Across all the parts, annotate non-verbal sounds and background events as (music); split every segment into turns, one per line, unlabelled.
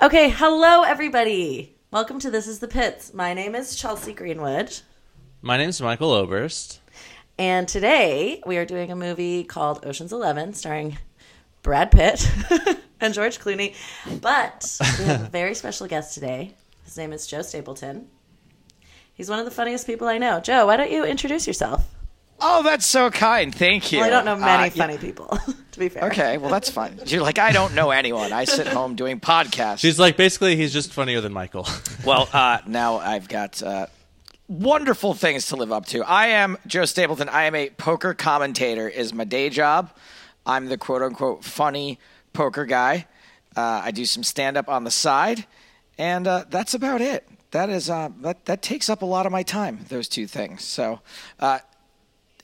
Okay, hello everybody. Welcome to This Is the Pits. My name is Chelsea Greenwood,
My name's Michael Oberst.
and today we are doing a movie called Ocean's 11 starring Brad Pitt (laughs) and George Clooney. But we have
(laughs)
a very special guest today. His name is Joe Stapleton. He's one of the funniest people I know. Joe, why don't you introduce yourself?
Oh, that's so kind. Thank you.
Well, I don't know many
Uh, yeah.
funny people, (laughs) to be fair.
Okay, well that's fine. You're like I don't know anyone. I sit home doing podcasts.
She's like, basically, he's just funnier than Michael. (laughs)
well, uh, now I've got uh, wonderful things to live up to. I am Joe Stapleton. I am a poker commentator. Is my day job. I'm the quote unquote funny poker guy. Uh, I do some stand up on the side, and uh, that's about it. That is uh, that that takes up a lot of my time. Those two things. So. Uh,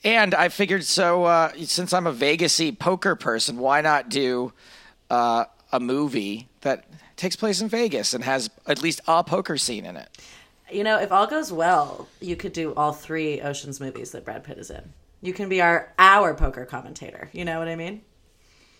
and I figured, so uh, since I'm a Vegasy poker person, why not do uh, a movie that takes place in Vegas and has at least a poker scene in it?
You know, if all goes well, you could do all three Ocean's movies that Brad Pitt is in. You can be our our poker commentator. You know what I mean?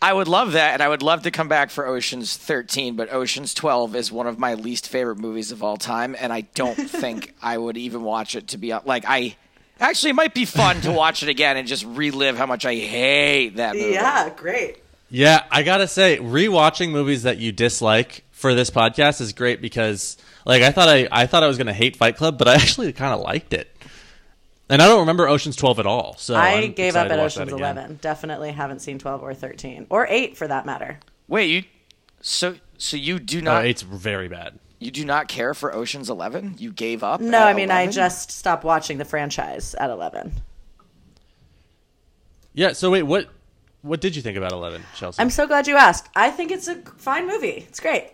I would love that, and I would love to come back for Ocean's 13, but Ocean's 12 is one of my least favorite movies of all time, and I
(laughs)
don't think I would even watch it to be like I. Actually, it might be fun to watch it again and just relive how much I hate that movie.
Yeah, great.
yeah, I gotta say, rewatching movies that you dislike for this podcast is great because, like, I thought I, I thought I was gonna hate Fight Club, but I (laughs) actually kind of liked it. And I don't remember Ocean's Twelve at all. So
I
Oh, I'm
gave
excited
up
to
at
watch that
Ocean's
again.
Eleven. Definitely haven't seen twelve or thirteen or eight for that matter.
Wait, you so so you do
Oh,
not
it's very bad.
You do not care for Ocean's Eleven? You gave up?
No,
at
I mean
11?
I just stopped watching the franchise at eleven.
Yeah. So wait, what what did you think about Eleven, Chelsea?
I'm so glad you asked. I think it's a fine movie. It's great.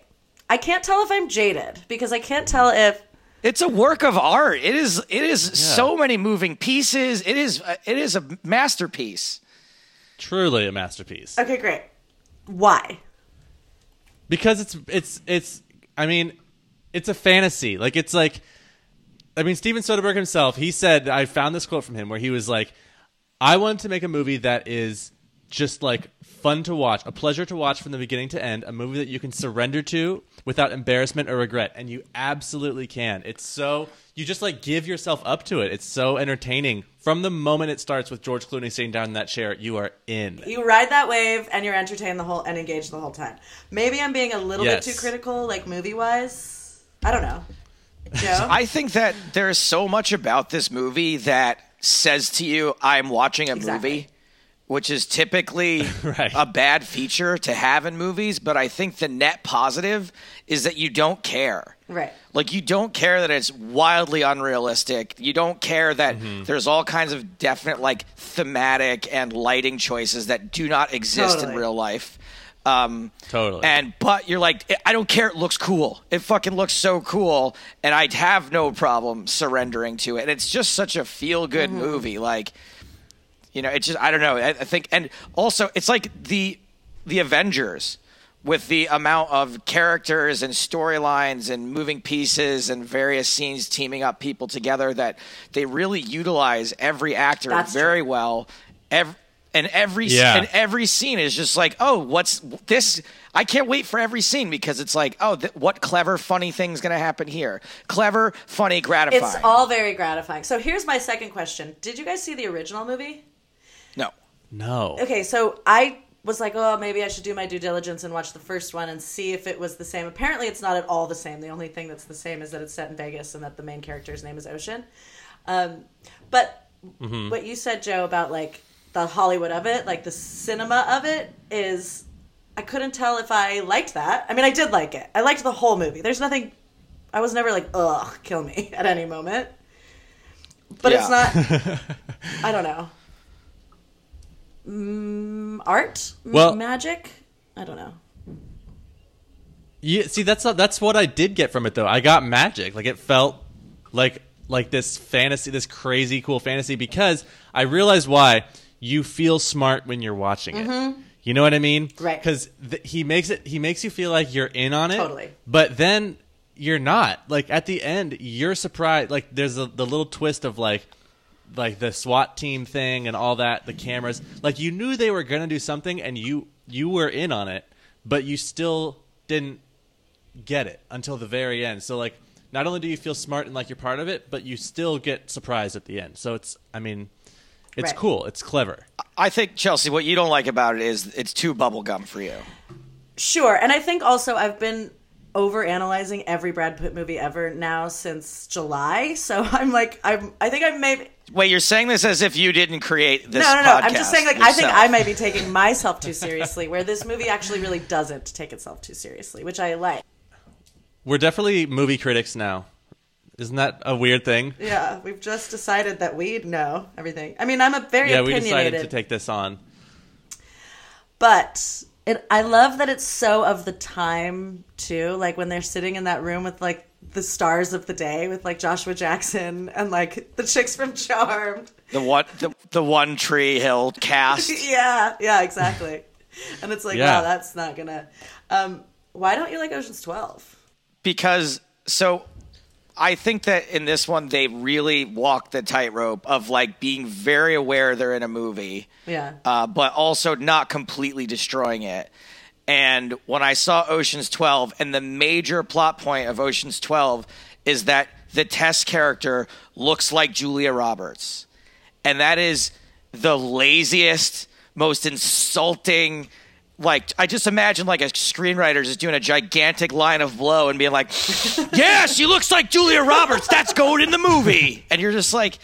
I can't tell if I'm jaded because I can't tell if
It's a work of art. It is. It is so many moving pieces. It is. It is a masterpiece.
Truly a masterpiece.
Okay, great. Why?
because it's it's it's i mean it's a fantasy like it's like i mean steven soderbergh himself he said i found this quote from him where he was like i wanted to make a movie that is just like fun to watch a pleasure to watch from the beginning to end a movie that you can surrender to without embarrassment or regret and you absolutely can it's so you just like give yourself up to it it's so entertaining from the moment it starts with george clooney sitting down in that chair you are in
you ride that wave and you're entertained the whole and engaged the whole time. Maybe I'm being a little
Yes.
bit too critical, like movie wise. I don't know. Joe,
I think that there is so much about this movie that says to you, "I'm watching a
Exactly.
movie," which is typically
Right.
a bad feature to have in movies. But I think the net positive is that you don't care.
right?
Like you don't care that it's wildly unrealistic. You don't care that there's all kinds of definite like thematic and lighting choices that do not exist in
Totally.
real life. Um,
Totally.
And but you're like, "I- I don't care. It looks cool. It fucking looks so cool, and I'd have no problem surrendering to it. And it's just such a feel good movie. Like, you know, it's just I don't know. I, I think, and also it's like the the Avengers with the amount of characters and storylines and moving pieces and various scenes teaming up people together that they really utilize every actor
That's
very well. Every, and every
Yeah.
and every scene is just like, oh, what's this? I can't wait for every scene because it's like, oh, th- what clever, funny thing's going to happen here? Clever, funny, gratifying.
It's all very gratifying. So here's my second question: Did you guys see the original movie?
no.
no
Okay, so I was like, oh, maybe I should do my due diligence and watch the first one and see if it was the same. Apparently, it's not at all the same. The only thing that's the same is that it's set in Vegas and that the main character's name is Ocean. Um, but what you said, Joe, about like the Hollywood of it, like the cinema of it, is I couldn't tell if I liked that. I mean, I did like it. I liked the whole movie. There's nothing. I was never like, ugh, kill me (laughs) at any moment. But it's not. I don't know. Mm, art? M-
Well-
magic? I don't know.
Yeah, see, that's not, that's what I did get from it though. I got magic. Like it felt like like this fantasy, this crazy cool fantasy because I realized why you feel smart when you're watching it. You know what I mean?
Mm-hmm. Right.
Because th- he makes it he makes you feel like you're in on it.
Totally.
But then you're not. Like at the end, you're surprised. Like there's a, the little twist of like like the SWAT team thing and all that, the cameras. Like you knew they were gonna do something, and you you were in on it, but you still didn't get it until the very end. So like not only do you feel smart and like you're part of it, but you still get surprised at the end. So it's I mean it's
Right.
cool. It's clever.
I think Chelsea, what you don't like about it is it's too bubblegum for you.
Sure, and I think also I've been over analyzing every Brad Pitt movie ever now since July. (laughs) So I'm like I'm I think I may
Wait, you're saying this as if you didn't create this.
No, no, no. I'm
podcast
just saying like I think
yourself.
I might be
(laughs)
taking myself too seriously where this movie actually really doesn't take itself too seriously, which I like.
We're definitely movie critics now. Isn't that a weird thing?
Yeah, we've just decided that we know everything. I mean, I'm a very
Yeah, we
opinionated
decided to take this on.
but it, I love that it's so of the time too. Like when they're sitting in that room with like the stars of the day, with like Joshua Jackson and like the chicks from Charmed. (laughs)
the one the, the one Tree Hill cast.
yeah, yeah, exactly. and it's like,
Yeah.
wow, that's not gonna. Um, why don't you like Ocean's Twelve?
because so I think that in this one they really walk the tightrope of like being very aware they're in a movie,
Yeah,
uh, but also not completely destroying it. And when I saw Ocean's Twelve, and the major plot point of Ocean's Twelve is that the Tess character looks like Julia Roberts, and that is the laziest, most insulting. Like I just imagine like a screenwriter just doing a gigantic line of blow and being like, (laughs) "Yeah, she looks like Julia Roberts. That's going in the movie." And you're just like,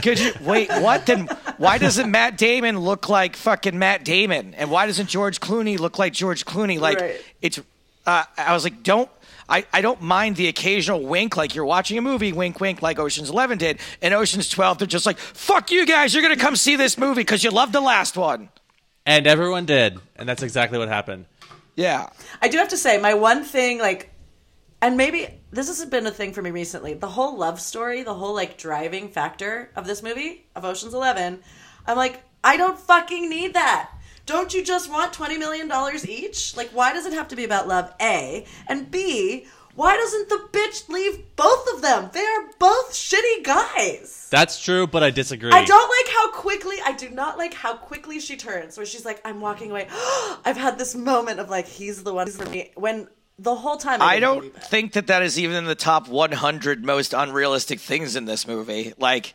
"Could you wait? What? Then why doesn't Matt Damon look like fucking Matt Damon? And why doesn't George Clooney look like George Clooney? Like
Right.
it's." Uh, I was like, "Don't." I, I don't mind the occasional wink, like you're watching a movie, wink, wink, like Ocean's 11 did. And Ocean's 12, they're just like, fuck you guys, you're going to come see this movie because you loved the last one.
And everyone did. And that's exactly what happened.
Yeah.
I do have to say, my one thing, like, and maybe this has been a thing for me recently the whole love story, the whole, like, driving factor of this movie, of Ocean's Eleven, I'm like, I don't fucking need that. Don't you just want $20 million each? Like, why does it have to be about love, A? And B, why doesn't the bitch leave both of them? They are both shitty guys.
That's true, but I disagree.
I don't like how quickly I do not like how quickly she turns where she's like, I'm walking away. (gasps) I've had this moment of like he's the one for me when the whole time
I
didn't
don't
believe it.
think that that is even in the top 100 most unrealistic things in this movie. Like,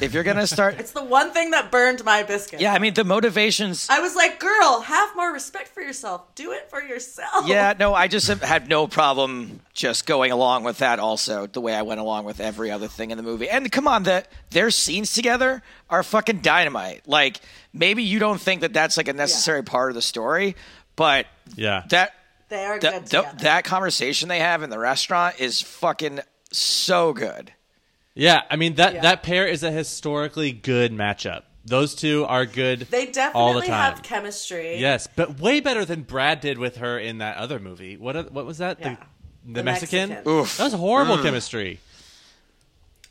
if you're going to start.
(laughs) it's the one thing that burned my biscuit.
Yeah, I mean, the motivations.
I was like, girl, have more respect for yourself. Do it for yourself.
Yeah, no, I just have had no problem just going along with that also, the way I went along with every other thing in the movie. And come on, the, their scenes together are fucking dynamite. Like, maybe you don't think that that's like a necessary part of the story, but
Yeah.
that.
(laughs) They are
That,
good
th-
together.
that conversation they have in the restaurant is fucking so good.
Yeah, I mean that
Yeah.
that pair is a historically good matchup. Those two are good.
they
all the
definitely
time.
have chemistry.
Yes, but way better than Brad did with her in that other movie. What oth- what was that?
Yeah.
The, the,
The
Mexican?
Mexican.
Oof. Mm.
That was horrible chemistry.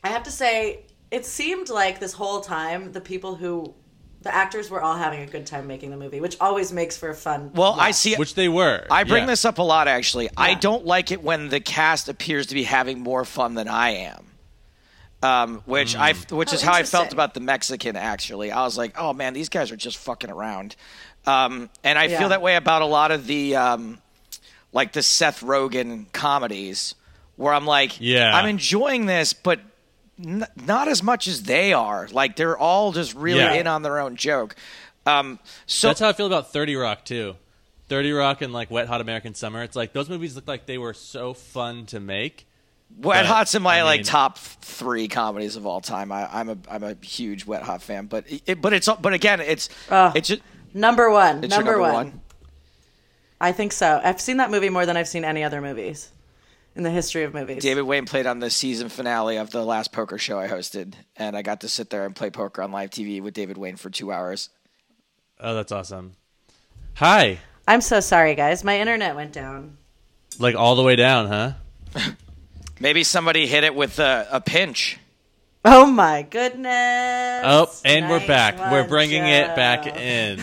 I have to say, it seemed like this whole time the people who the actors were all having a good time making the movie, which always makes for a fun.
Well, I
watch.
see.
Which they were.
I bring
Yeah.
this up a lot, actually. I
Yeah.
don't like it when the cast appears to be having more fun than I am. Um, which
Hmm.
I, which
Oh,
is how I
interesting.
felt about the Mexican. Actually, I was like, oh man, these guys are just fucking around. Um, and I
Yeah.
feel that way about a lot of the, um, like the Seth Rogen comedies, where I'm like,
Yeah.
I'm enjoying this, but n- not as much as they are. Like they're all just really
Yeah.
in on their own joke. Um, so
That's how I feel about 30 Rock too. 30 Rock and like Wet Hot American Summer. It's like those movies look like they were so fun to make.
Wet
But,
Hot's in my
I
like
mean-
top three comedies of all time. I, I'm a I'm a huge Wet Hot fan, but it, but it's but again it's it's ju-
number one.
it's your
number one.
number one.
I think so. I've seen that movie more than I've seen any other movies in the history of movies.
David Wayne played on the season finale of the last poker show I hosted, and I got to sit there and play poker on live TV with David Wayne for two hours.
Oh, that's awesome. Hi.
I'm so sorry, guys. My internet went down.
Like all the way down, huh?
Maybe somebody hit it with a, a pinch.
Oh my goodness.
Oh, and we're
Nice
back. we're
one,
bringing it back
Joe.
in.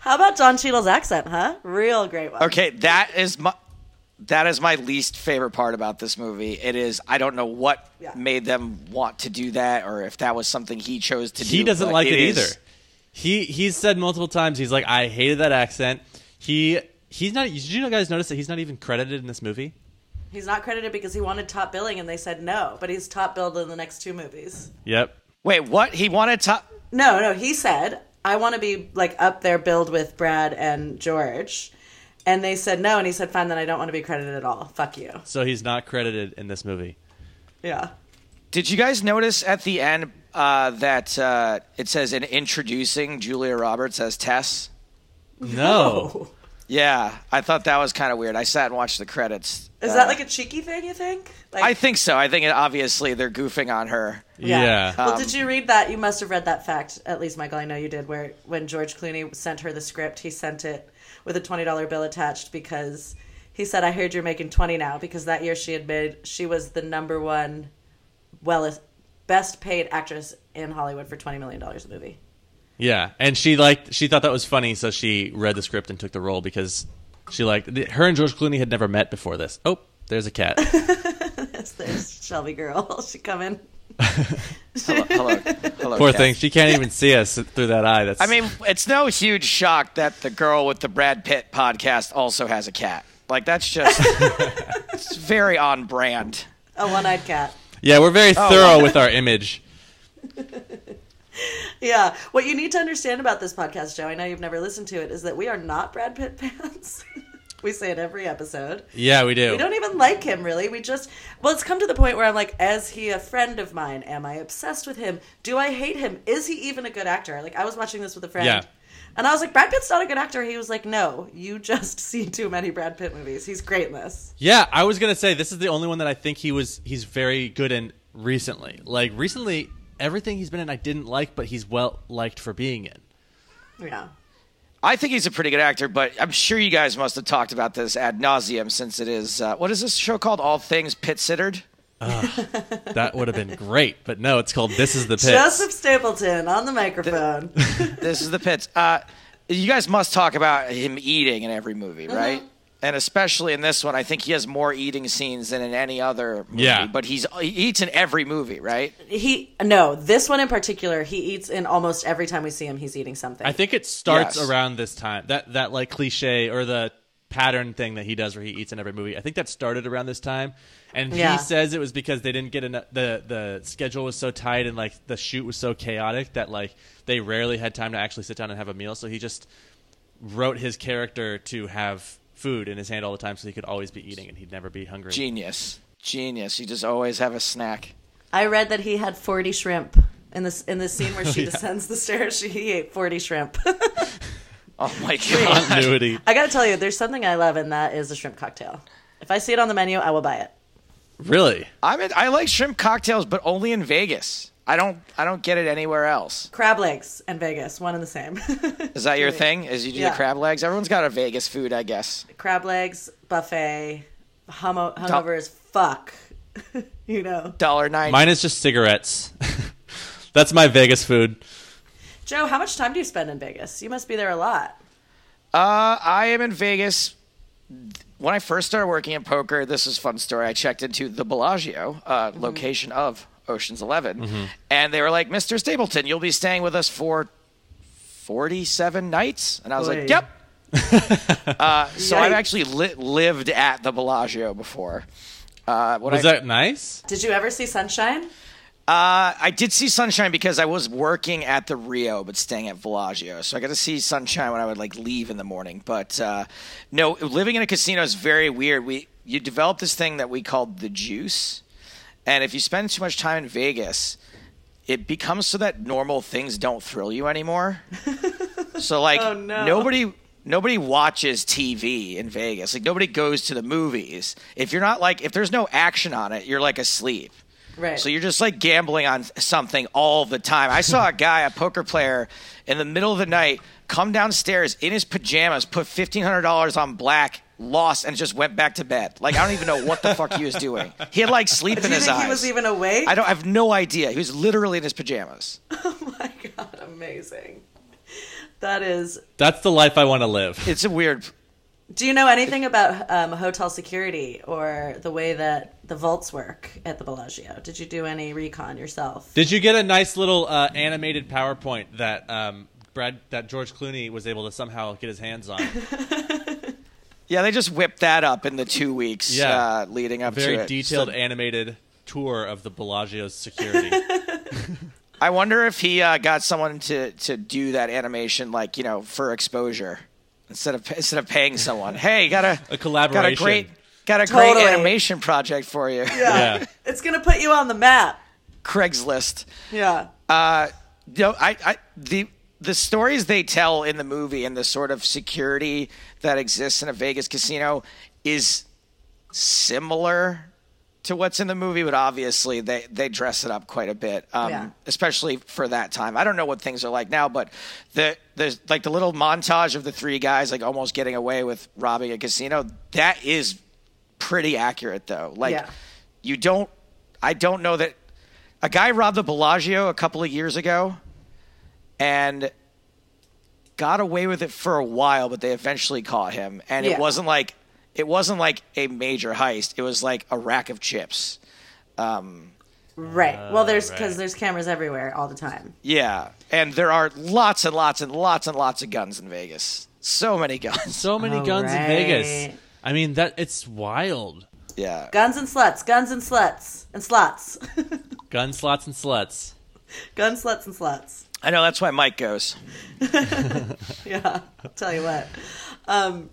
How about Don Cheadle's accent, huh? Real great one.
Okay, that is my that is my least favorite part about this movie. It is I don't know what
Yeah.
made them want to do that, or if that was something he chose to do.
he doesn't
but
like it,
is-
either. He he's said multiple times he's like I hated that accent. He He's not. Did you guys notice that he's not even credited in this movie?
He's not credited because he wanted top billing and they said no, but he's top billed in the next two movies.
Yep.
Wait, what? He wanted top.
No, no, he said, I want to be like up there billed with Brad and George. And they said no, and he said, fine, then I don't want to be credited at all. Fuck you.
So he's not credited in this movie.
Yeah.
Did you guys notice at the end uh, that uh, it says in introducing Julia Roberts as Tess?
No.
Yeah, I thought that was kind of weird. I sat and watched the credits.
Is that like a cheeky thing, you think? Like,
Uh, I think so. I think it, obviously they're goofing on her.
(laughs) Yeah.
Well, did you read that? You must have read that fact, at least, Michael. I know you did. Where when George Clooney sent her the script, he sent it with a twenty dollar bill attached because he said, "I heard you're making twenty now." Because that year she had made, she was the number one, well, best paid actress in Hollywood for twenty million dollars a movie.
Yeah, and she liked. She thought that was funny, so she read the script and took the role because she liked. th- Her and George Clooney had never met before this. Oh, (laughs) there's a cat.
Yes, there's Shelby girl. (laughs) She come in.
Hello, hello, hello
Poor
Kat.
thing. She can't even see us through that eye. That's.
I mean, it's no huge shock that the girl with the Brad Pitt podcast also has a cat. Like that's
(laughs)
just it's very on brand.
A one-eyed cat.
yeah, we're very thorough with our image.
Yeah. What you need to understand about this podcast, Joe, I know you've never listened to it, is that we are not Brad Pitt fans. (laughs) we say it every episode.
Yeah, we do.
We don't even like him, really. We just, well, it's come to the point where I'm like, is he a friend of mine? Am I obsessed with him? Do I hate him? Is he even a good actor? Like, I was watching this with a friend.
Yeah.
And I was like, Brad Pitt's not a good actor. He was like, no, you just (laughs) see too many Brad Pitt movies. He's great in this.
Yeah, I was gonna say this is the only one that I think he was he's very good in recently. Like recently, everything he's been in I didn't like, but he's well liked for being in.
Yeah.
I think he's a pretty good actor, but I'm sure you guys must have talked about this ad nauseum since it is uh, what is this show called? All Things Pitt Sittered.
That would have been great, but no, it's called This Is the Pit.
Joseph Stapleton on the
(laughs)
microphone.
This is the Pitts. Uh, you guys must talk about him eating in every movie, right? And especially in this one, I think he has more eating scenes than in any other movie.
Yeah.
But he's he eats in every movie, right?
he no this one in particular he eats in almost every time we see him he's eating something
I think it starts
Yes.
around this time. That that like cliche or the pattern thing that he does where he eats in every movie. I think that started around this time. And
Yeah.
he says it was because they didn't get enough the the schedule was so tight and like the shoot was so chaotic that like they rarely had time to actually sit down and have a meal, so he just wrote his character to have food in his hand all the time so he could always be eating and he'd never be hungry.
Genius, genius. You just always have a snack.
i read that he had 40 shrimp in this in this
(laughs)
scene where she descends the stairs she he ate 40 shrimp (laughs)
Oh my god.
(laughs) Continuity.
i gotta tell you there's something i love and that is a shrimp cocktail if i see it on the menu i will buy it
really?
I'm in, I like shrimp cocktails, but only in Vegas. I don't I don't get it anywhere else.
crab legs and vegas one and the same (laughs)
Is that your thing? Is you do
Yeah.
the crab legs? Everyone's got a Vegas food, I guess.
crab legs buffet humo- hungover as fuck (laughs) you know
Dollar nine.
Mine is just cigarettes. (laughs) That's my Vegas food.
joe how much time do you spend in vegas you must be there a lot
Uh, I am in Vegas. When I first started working in poker, this is a fun story. I checked into the Bellagio, uh,
Mm-hmm.
location of Ocean's 11
Mm-hmm.
and they were like, "Mr. Stapleton, you'll be staying with us for forty-seven nights," and I was
Oy.
like, "Yep."
(laughs)
uh, so I've
Yikes.
actually li- lived at the Bellagio before. Uh, when
Was
I,
that nice?
did you ever see sunshine
uh, I did see sunshine because I was working at the Rio, but staying at Bellagio, so I got to see sunshine when I would like leave in the morning. But uh, no, living in a casino is very weird. We you develop this thing that we called the juice, and if you spend too much time in Vegas, it becomes so that normal things don't thrill you
(laughs)
anymore. so like
Oh, no.
nobody nobody watches TV in Vegas. Like nobody goes to the movies. If you're not like if there's no action on it, you're like asleep.
Right.
So you're just like gambling on something all the time. I saw a guy, a poker player, in the middle of the night come downstairs in his pajamas, put fifteen hundred dollars on black, lost, and just went back to bed. Like I don't even know what the fuck he was doing. He had like sleep
do
in
you
his
think
eyes.
he was even awake
I don't. I have no idea. He was literally in his pajamas.
my (laughs) god, amazing. That is.
That's the life I want to live.
It's a weird.
Do you know anything about um, hotel security or the way that the vaults work at the Bellagio? Did you do any recon yourself?
Did you get a nice little uh, animated PowerPoint
(laughs)
that um, Brad that George Clooney was able to somehow get his hands on?
Yeah, they just whipped that up in the two weeks
Yeah.
uh, leading up to
Very
it.
detailed
So
animated tour of the
(laughs)
Bellagio's security.
I wonder if he uh, got someone to to do that animation, like you know, for exposure instead of instead of paying someone. Hey, got a
A
Got a
collaboration.
great got a great
Totally.
animation project for you.
Yeah.
(laughs) It's gonna put you on the map.
(laughs) Craigslist.
Yeah.
Uh, no, I, I the the stories they tell in the movie and the sort of security that exists in a Vegas casino is similar to what's in the movie, but obviously they they dress it up quite a bit, um,
Yeah.
especially for that time. I don't know what things are like now, but the there's like the little montage of the three guys like almost getting away with robbing a casino. That is pretty accurate though. Like
Yeah.
you don't I don't know that a guy robbed the Bellagio a couple of years ago and got away with it for a while, but they eventually caught him. And
Yeah.
it wasn't like it wasn't like a major heist. It was like a rack of chips.
Right. Well, there's because
uh, right.
there's cameras everywhere all the time.
Yeah. And there are lots and lots and lots and lots of guns in Vegas. So many guns. (laughs)
so many
All
guns in Vegas.
right.
I mean that it's wild.
Yeah.
Guns and sluts. Guns and sluts and slots. (laughs)
Gun slots and sluts.
Gun sluts and sluts.
I know that's why Mike goes.
Yeah. I'll tell you what. Um,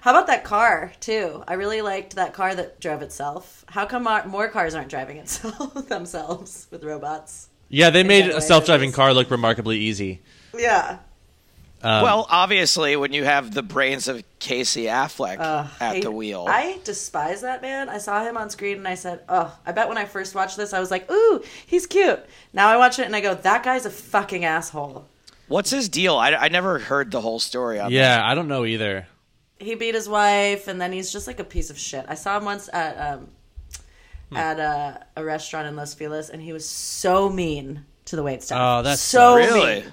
how about that car too? I really liked that car that drove itself. How come our- more cars aren't driving itself (laughs) themselves with robots?
Yeah, they made
Exactly.
a self-driving car look remarkably easy.
Yeah.
well, obviously, when you have the brains of Casey Affleck at
I-
the wheel,
Uh, I despise that man. I saw him on screen and I said, "Oh, I bet when I first watched this, I was like, ooh, he's cute." Now I watch it and I go, "That guy's a fucking asshole."
what's his deal? I, I never heard the whole story on that.
Yeah, I don't know either.
He beat his wife, and then he's just like a piece of shit. I saw him once at um,
Hmm.
at a, a restaurant in Los Feliz, and he was so mean to the waitstaff.
Oh, that
so
sucks.
Really?
mean.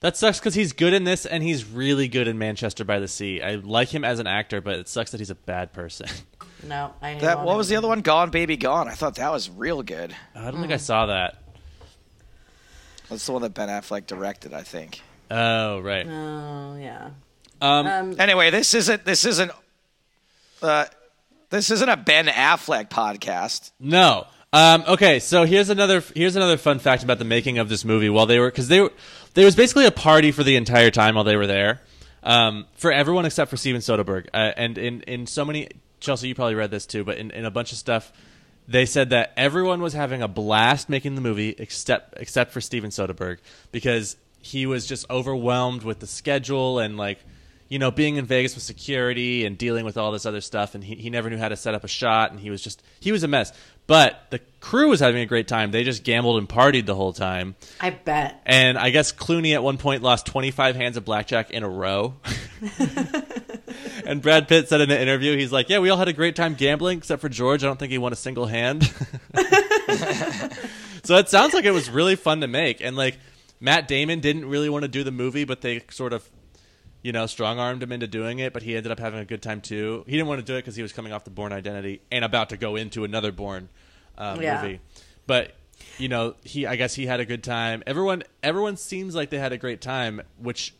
That sucks because he's good in this, and he's really good in Manchester by the Sea. I like him as an actor, but it sucks that he's a bad person.
No, I hate
That, what was the other one? Gone Baby Gone. I thought that was real good.
I don't
Hmm.
think I saw that.
That's the one that Ben Affleck directed, I think.
Oh right.
Oh yeah.
Um,
Anyway, this isn't this isn't uh, this isn't a Ben Affleck podcast.
No. Um, okay, so here's another here's another fun fact about the making of this movie. While they were because they were there was basically a party for the entire time while they were there, um, for everyone except for Steven Soderbergh. Uh, and in in so many Chelsea, you probably read this too, but in, in a bunch of stuff, they said that everyone was having a blast making the movie except except for Steven Soderbergh because he was just overwhelmed with the schedule and like you know, being in Vegas with security and dealing with all this other stuff, and he, he never knew how to set up a shot, and he was just he was a mess. But the crew was having a great time. They just gambled and partied the whole time.
I bet.
And I guess Clooney at one point lost 25 hands of blackjack in a row. and Brad Pitt said in an interview, he's like, "Yeah, we all had a great time gambling, except for George. I don't think he won a single hand." so it sounds like it was really fun to make. And like Matt Damon didn't really want to do the movie, but they sort of, you know, strong armed him into doing it. But he ended up having a good time too. He didn't want to do it because he was coming off the Born Identity and about to go into another Born um,
Yeah.
movie. But you know, he I guess he had a good time. Everyone everyone seems like they had a great time, which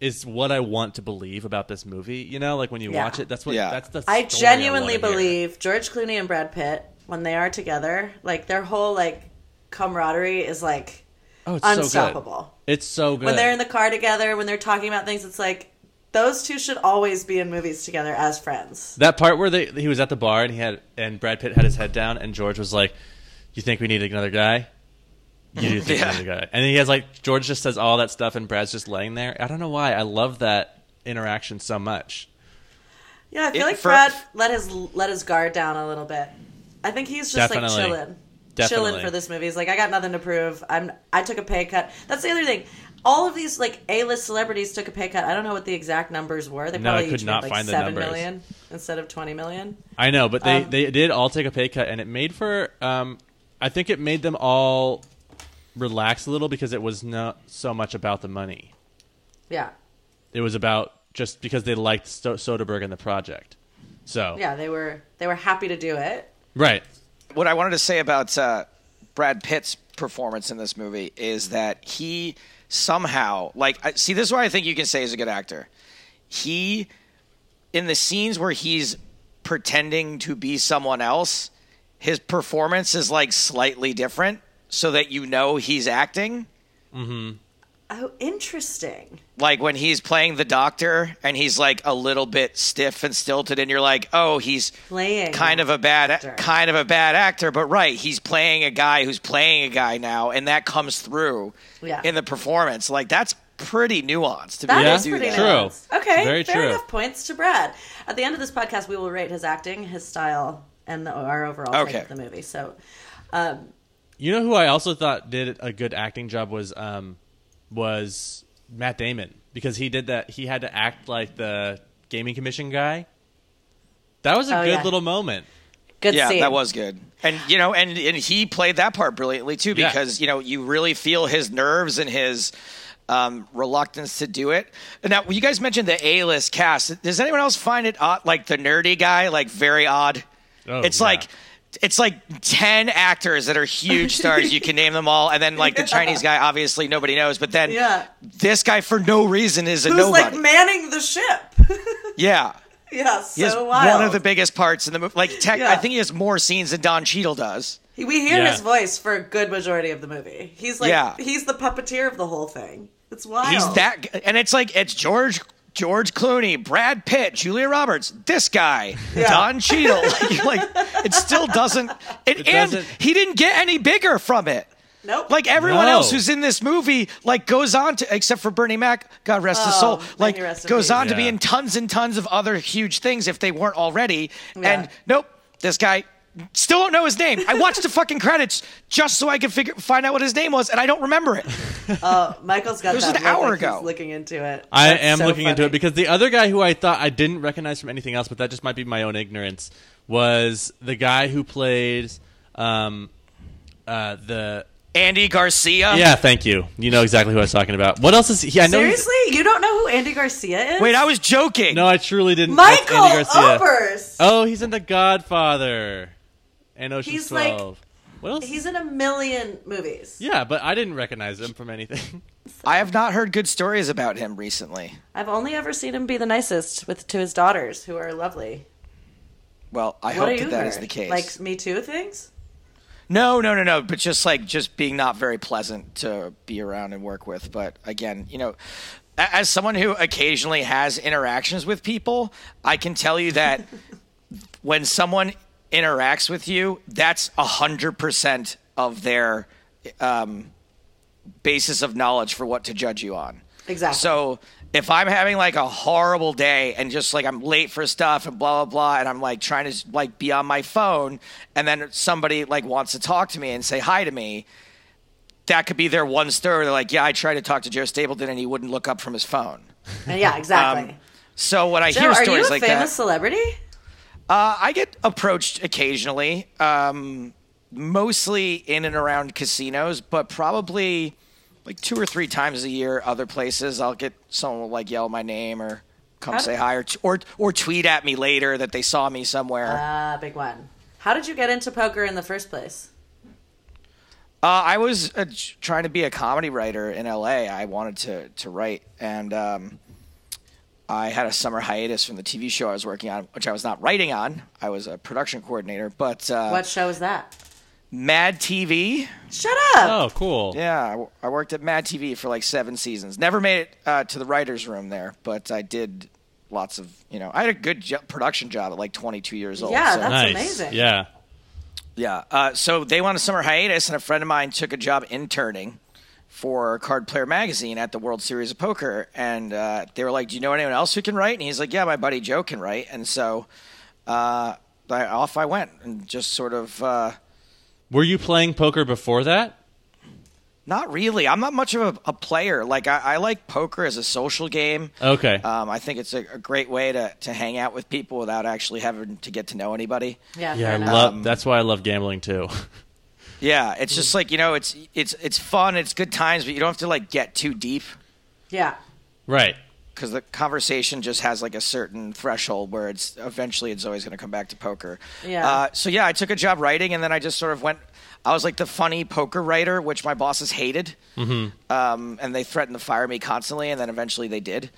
is what I want to believe about this movie. You know, like when you
Yeah.
watch it, that's what
Yeah.
that's the.
I
story
genuinely
wanna hear.
believe George Clooney and Brad Pitt when they are together, like their whole like camaraderie is like
Oh, it's So
unstoppable.
good. It's so good.
when they're in the car together, when they're talking about things, it's like those two should always be in movies together as friends.
That part where they he was at the bar and he had and Brad Pitt had his head down and George was like, "You think we need another guy? You do think
Yeah.
we need another guy?" And he has like George just says all that stuff and Brad's just laying there. I don't know why I love that interaction so much.
Yeah, I feel
It-
like
for-
Brad let his let his guard down a little bit. I think he's just
Definitely.
like chilling,
Definitely.
chilling for this movie. He's like, I got nothing to prove. I'm I took a pay cut. That's the other thing. All of these like A list celebrities took a pay cut. I don't know what the exact numbers were. They
No, I
probably
could
each
not
made like
find the
seven
numbers.
million instead of twenty million.
I know, but they,
Um,
they did all take a pay cut, and it made for um, I think it made them all relax a little because it was not so much about the money.
Yeah,
It was about just because they liked Sto- Soderbergh and the project. So
yeah, they were they were happy to do it.
right,
What I wanted to say about uh, Brad Pitt's performance in this movie is that he somehow like I, see this is why I think you can say he's a good actor. He in the scenes where he's pretending to be someone else, his performance is like slightly different so that you know he's acting.
Oh, interesting.
Like when he's playing the doctor and he's like a little bit stiff and stilted and you're like, "Oh, he's
Playing
kind of a bad
actor.
kind of a bad actor, but right, he's playing a guy who's playing a guy now and that comes through
Yeah.
in the performance. Like that's pretty nuanced to be
That
Yeah,
able
is
to do
pretty
that.
true.
nuanced. Okay,
Very
fair
true.
enough. Points to Brad. At the end of this podcast, we will rate his acting, his style, and the, our overall
Okay.
take of the movie. So,
You know who I also thought did a good acting job was um was Matt Damon because he did that he had to act like the gaming commission guy. That was a
Oh,
good
yeah.
little moment.
good
yeah,
scene.
that was good. And you know, and and he played that part brilliantly too
Yeah.
because you know you really feel his nerves and his um, reluctance to do it. Now you guys mentioned the A list cast. Does anyone else find it odd? Like the nerdy guy, like very odd.
Oh,
it's
yeah.
like. It's like ten actors that are huge stars. You can name them all, and then
(laughs)
like the Chinese guy, obviously nobody knows. But then
Yeah.
this guy, for no reason, is a
Who's
nobody.
like manning the ship? (laughs)
yeah,
yeah,
he has
so wild.
one of the biggest parts in the movie. Like, tech,
Yeah.
I think he has more scenes than Don Cheadle does.
we hear
Yeah.
his voice for a good majority of the movie. He's like,
Yeah.
he's the puppeteer of the whole thing. It's wild.
He's that, g- and it's like it's George George Clooney, Brad Pitt, Julia Roberts, this guy,
(laughs)
Don Cheadle. Like, like, it still doesn't. It,
It
and
doesn't-
he didn't get any bigger from it.
Nope.
Like everyone
No.
else who's in this movie, like goes on to, except for Bernie Mac, God rest his soul,
Oh, may
like
he rest in
goes
peace.
on to be
Yeah.
in tons and tons of other huge things if they weren't already.
Yeah.
And nope, this guy still don't know his name. I watched the fucking credits just so I could figure find out what his name was, and I don't remember it.
Michael's got
was
that
an
look
hour
like he's
ago.
looking into it.
I
That's
am
so
looking into
funny.
it because the other guy who I thought I didn't recognize from anything else, but that just might be my own ignorance, was the guy who played um uh the
Andy
(laughs)
Garcia.
yeah, thank you. You know exactly who I was talking about. What else is he? I know he's-
seriously, you don't know who Andy Garcia is?
Wait, I was joking.
No, I truly didn't. That's
Michael
Andy Garcia.
Opers.
Oh, he's in The Godfather and Ocean's
He's like-
Twelve. what else?
He's in a million movies.
yeah, but I didn't recognize him from anything. (laughs)
I have not heard good stories about him recently.
I've only ever seen him be the nicest with to his daughters, who are lovely.
Well, I
What
hope
are
that
you
that is
heard?
the case.
Like Me Too things?
no, no, no, no. But just like just being not very pleasant to be around and work with. But again, you know, a- as someone who occasionally has interactions with people, I can tell you that when someone interacts with you, that's a hundred percent of their um, basis of knowledge for what to judge you on.
Exactly.
So if I'm having like a horrible day and just like I'm late for stuff and blah blah blah, and I'm like trying to like be on my phone, and then somebody like wants to talk to me and say hi to me, that could be their one story. They're like, yeah, I tried to talk to Joe Stapleton and he wouldn't look up from his phone.
And Uh,
(laughs)
yeah, exactly.
Um, so when I
Joe,
hear
are you
stories
a
like
famous
that,
celebrity?
uh, I get approached occasionally, um, mostly in and around casinos, but probably like two or three times a year. Other places, I'll get someone will like yell my name or come
How-
say hi or, t- or or tweet at me later that they saw me somewhere.
Uh, big one. How did you get into poker in the first place?
Uh, I was uh, j- trying to be a comedy writer in LA. I wanted to to write, and um, I had a summer hiatus from the TV show I was working on, which I was not writing on. I was a production coordinator, but uh,
What show was that?
Mad TV.
Shut up!
Oh, cool.
Yeah, I w- I worked at Mad TV for like seven seasons. Never made it uh, to the writers' room there, but I did lots of you know. I had a good jo- production job at like 22 years old.
Yeah,
so,
that's-
nice.
amazing.
Yeah.
yeah. Uh, so they went on a summer hiatus, and a friend of mine took a job interning for Card Player Magazine at the World Series of Poker, and uh, they were like, "Do you know anyone else who can write?" And he's like, "Yeah, my buddy Joe can write," and so uh, I, off I went and just sort of. Uh,
Were you playing poker before that?
Not really. I'm not much of a, a player. Like I, I like poker as a social game.
Okay.
Um, I think it's a, a great way to, to hang out with people without actually having to get to know anybody.
Yeah, fair
yeah, I
enough.
love. that's why I love gambling too. (laughs)
Yeah, it's just like you know, it's it's it's fun. It's good times, but you don't have to like get too deep
yeah.
right.
because the conversation just has like a certain threshold where it's eventually it's always going to come back to poker.
Yeah.
Uh, so yeah, I took a job writing, and then I just sort of went. I was like the funny poker writer, which my bosses hated,
Mm-hmm.
um, and they threatened to fire me constantly, and then eventually they did.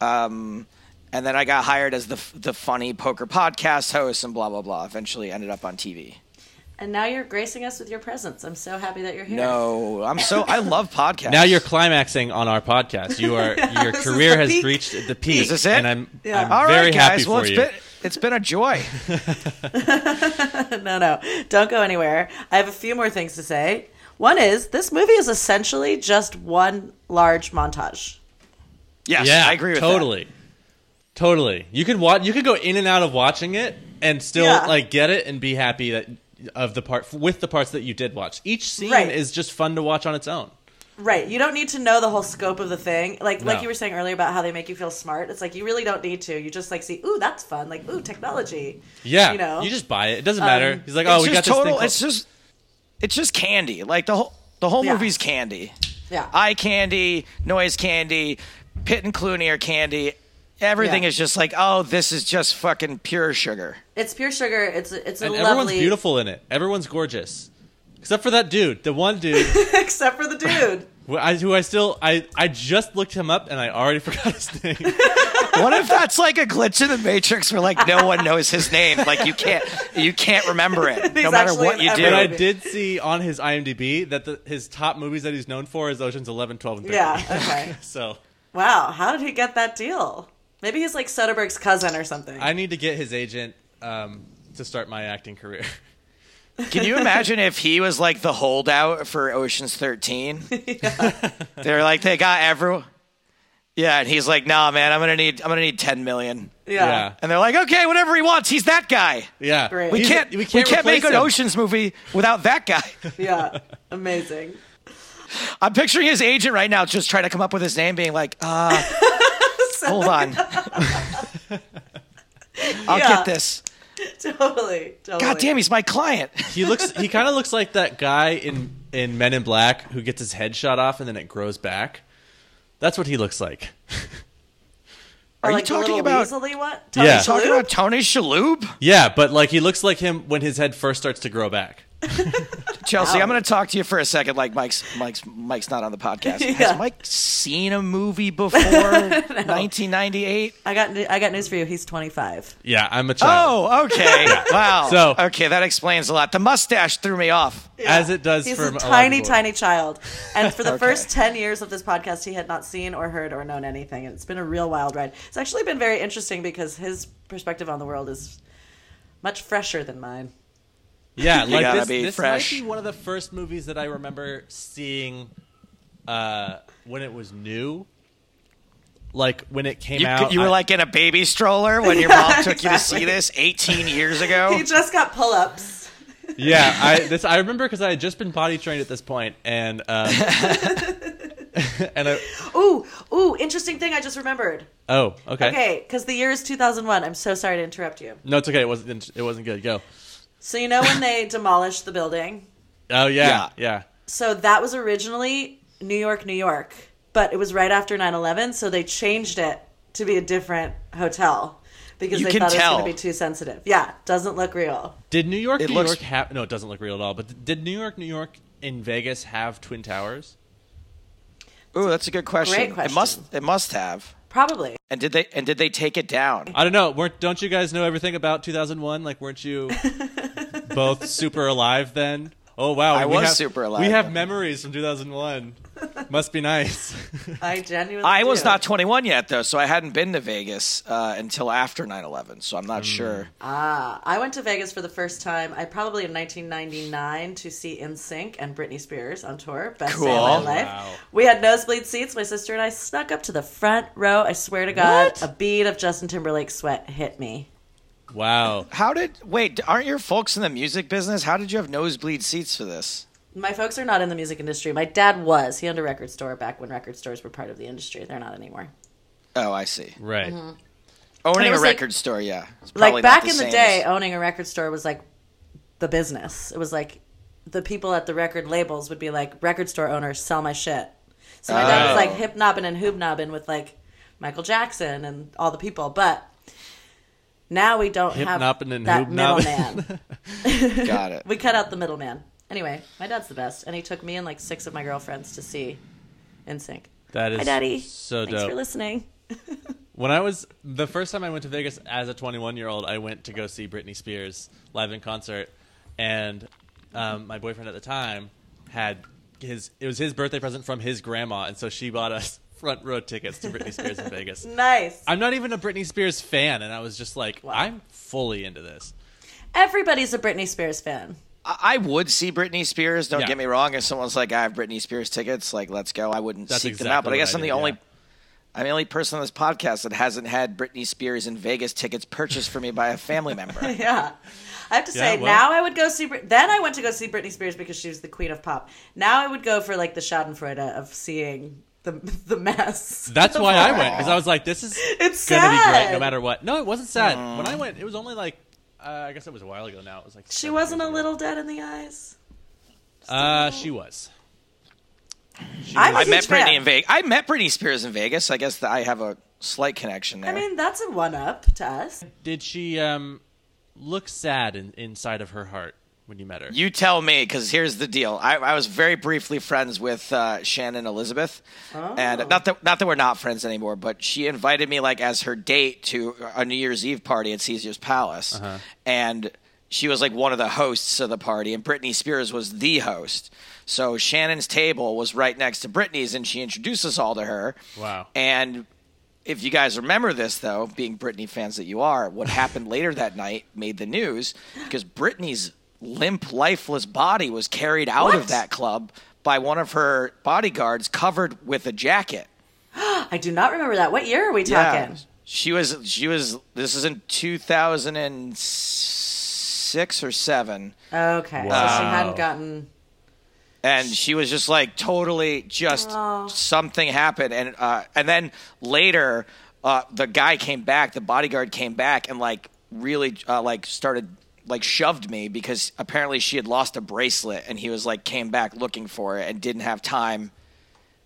Um, and then I got hired as the f- the funny poker podcast host and blah blah blah. Eventually, ended up on TV.
And now you're gracing us with your presence. I'm so happy that you're here.
No, I'm so
(laughs)
I love podcasts.
Now you're climaxing on our podcast.
(laughs)
You are your
this is
career
the
has
peak.
reached the peak,
Is this it?
and I'm,
Yeah.
I'm
All right,
very
guys.
happy
well,
for
it's
you.
been it's been
(laughs)
a joy.
no, no. Don't go anywhere. I have a few more things to say. One is this movie is essentially just one large montage.
Yes,
yeah,
I agree with that.
totally, totally. You could watch. You could go in and out of watching it and still
Yeah.
like get it and be happy that of the part with the parts that you did watch. Each scene
Right.
is just fun to watch on its own.
Right. You don't need to know the whole scope of the thing. Like like
No.
you were saying earlier about how they make you feel smart. It's like you really don't need to. You just like see, ooh, that's fun. Like, ooh, technology.
Yeah,
You know. Um,
just buy it. It doesn't matter. He's like,
It's
oh, we got
just
this
total.
thing.
It's just it's just candy. Like the whole the whole
Yeah.
movie's candy.
Yeah.
Eye candy, noise candy, Pitt and Clooney are candy. Everything
Yeah.
is just like, oh, this is just fucking pure sugar.
it's pure sugar. It's it's a
and
lovely
everyone's beautiful in it. Everyone's gorgeous, except for that dude, the one dude
(laughs) except for the
(laughs)
dude.
who I, who I still I I just looked him up and I already (laughs) forgot his name.
What if that's like a glitch in the matrix where like no one knows his name? Like you can't you can't remember it
He's
no matter
actually
what
in
you
But I
every-
do.
did see on his IMDb that the, his top movies that he's known for is Ocean's 11, 12, and 13.
Yeah. Okay.
So
wow. How did he get that deal? Maybe he's like Soderbergh's cousin or something.
I need to get his agent um, to start my acting career.
Can you imagine if he was like the holdout for Ocean's
(laughs)
13? They're like they got everyone. Yeah, and he's like, "Nah, man, I'm going to need I'm going to need 10 million.
(laughs)
yeah.
And they're like, "Okay, whatever he wants. He's that guy."
Yeah.
Great.
We
He's-
can't, we can't,
replace
make an
him.
Ocean's movie without that guy.
Yeah.
(laughs)
Amazing.
I'm picturing his agent right now just trying to come up with his name, being like, uh, hold on. I'll
Yeah.
get this.
(laughs) Totally. Totally.
God damn, he's my client.
He looks. He kind of looks like that guy in in Men in Black who gets his head shot off and then it grows back. That's what he looks like.
Are
Or,
you
like, the
talking
little
about?
Weasley one?
Yeah.
Tony
Talking
Shalhoub?
about Tony Shalhoub,
Yeah, but like he looks like him when his head first starts to grow back.
Chelsea.
Wow.
I'm going to talk to you for a second. Like Mike's, Mike's, Mike's not on
(laughs)
the podcast.
Yeah.
Has Mike seen
(laughs)
a movie before 1998?
I got I got news for you. He's 25.
Yeah, I'm a child.
Oh, okay. Wow.
So-
okay, that explains a lot. The mustache thw me off.
As it does
Oh. He's
for
a
lot of
tiny,
people.
tiny child, and for the
(laughs) Okay.
first 10 years of this podcast, he had not seen or heard or known anything, and it's been a real wild ride. It's actually been very interesting because his perspective on the world is much fresher than mine.
(laughs)
Yeah, like
gotta
this,
be
this
fresh.
might be one of the first movies that I remember seeing uh, when it was new. Like when it came
You,
out,
you were
I-
like in a baby stroller when your
Yeah,
mom took you to
exactly.
see this 18
(laughs)
years
Oh.
ago.
He just got pull-ups.
(laughs)
yeah, I this I remember because I had just been potty trained at this point, and um, (laughs) and I,
Ooh, ooh, interesting thing I just remembered.
oh, okay,
Okay, because the year is 2001. I'm so sorry to interrupt you.
no, it's okay, it wasn't it wasn't good. Go,
So you know when they (laughs) demolished the building?
oh
Yeah.
yeah, yeah,
So that was originally New York, New York, but it was right after 9 11, so they changed it to be a different hotel because
You
they
can
thought it was
tell.
going to be too sensitive. Yeah, doesn't look real.
Did New York,
It
New
looks-
York have? No, it doesn't look real at all. But did New York, New York in Vegas have twin towers?
Ooh, that's a good question.
Great
It must it must have.
Probably.
And did they and did they take it down?
I don't know. Weren't don't you guys know everything about 2001? Like,
(laughs)
weren't you both super alive then? Oh wow,
I
we
was
have-
super alive
We have
then.
memories from 2001. Must
(laughs)
be nice.
I genuinely.
I
do.
was not 21 yet though, so I hadn't been to Vegas uh, until after 9/11. So I'm not sure.
Ah, I went to Vegas for the first time. I probably in 1999 to see InSync and Britney Spears on tour. Best day of my
Cool.
life.
Wow.
We had nosebleed seats. My sister and I snuck up to the front row. I swear to God,
What?
a bead of Justin Timberlake sweat hit me.
wow.
How did wait? Aren't your folks in the music business? How did you have nosebleed seats for this?
My folks are not in the music industry. My dad was. He owned a record store back when record stores were part of the industry. They're not anymore.
Oh, I see.
Right.
Mm-hmm. And it
Owning a
was like-
record store, yeah. It's probably
Like
not
back in the
same
day,
as-
owning a record store was like the business. It was like the people at the record labels would be like, record store owners, sell my shit. So my dad was
Oh.
like hip nobbing and hoob nobbing with like Michael Jackson and all the people. But now we don't have
Hip-nobbing and
that
hoob-nobbing.
middleman. (laughs)
got it.
We cut out the middleman. Anyway, my dad's the best, and he took me and like six of my girlfriends to see NSYNC.
(laughs) That is
Hi, Daddy.
so
Thanks
dope.
for listening.
When I was the first time I went to Vegas as a 21 year old, I went to go see Britney Spears live in concert, and um, my boyfriend at the time had his it was his birthday present from his grandma, and so she bought us (laughs) front row tickets to Britney Spears in Vegas.
Nice.
I'm not even a Britney Spears fan, and I was just like, I'm fully into this.
Everybody's a Britney Spears fan.
I I would see Britney Spears. Don't
Yeah.
get me wrong. If someone's like, "I have Britney Spears tickets," like, let's go. I wouldn't
That's
seek them out.
exactly
But I
what
guess
I
I'm the
did,
only,
yeah.
I'm the only person on this podcast that hasn't had Britney Spears in Vegas tickets purchased for me by a family
(laughs)
member.
(laughs) Yeah. I have to
Yeah,
say,
well-
now I would go see. Brit- Then I went to go see Britney Spears because she was the queen of pop. Now I would go for like the Schadenfreude of seeing the (laughs) the mess.
That's why I went because I was like, this is
(laughs) It's
gonna be great no
sad.
matter what. No, it wasn't sad. When I went, it was only like uh, I guess it was a while ago now. It was like
She
seven
wasn't
years
a
ago.
little dead in the eyes.
Uh, she was. She
I'm a
was-
I met
huge fan.
Britney in Vegas. I met Britney Spears in Vegas. I guess that I have a slight connection there.
I mean, that's a one up to us.
Did she um look sad in, inside of her heart when you met her?
You tell me, because here's the deal. I, I was very briefly friends with uh, Shannon Elizabeth, and not that not that we're not friends anymore, but she invited me like as her date to a New Year's Eve party at Caesar's Palace, and she was like one of the hosts of the party, and Britney Spears was the host. So Shannon's table was right next to Britney's, and she introduced us all to her.
Wow.
And if you guys remember this, though, being Britney fans that you are, what happened later that night made the news because Britney's limp, lifeless body was carried out
What?
of that club by one of her bodyguards covered with a jacket.
I do not remember that. What year are we talking?
She was, she was, this is in 2006 or seven.
Okay, so she
Wow.
hadn't gotten.
and she was just like totally just
Oh.
something happened and uh and then later uh the guy came back the bodyguard came back and like really uh, like started like shoved me because apparently she had lost a bracelet and he was like came back looking for it and didn't have time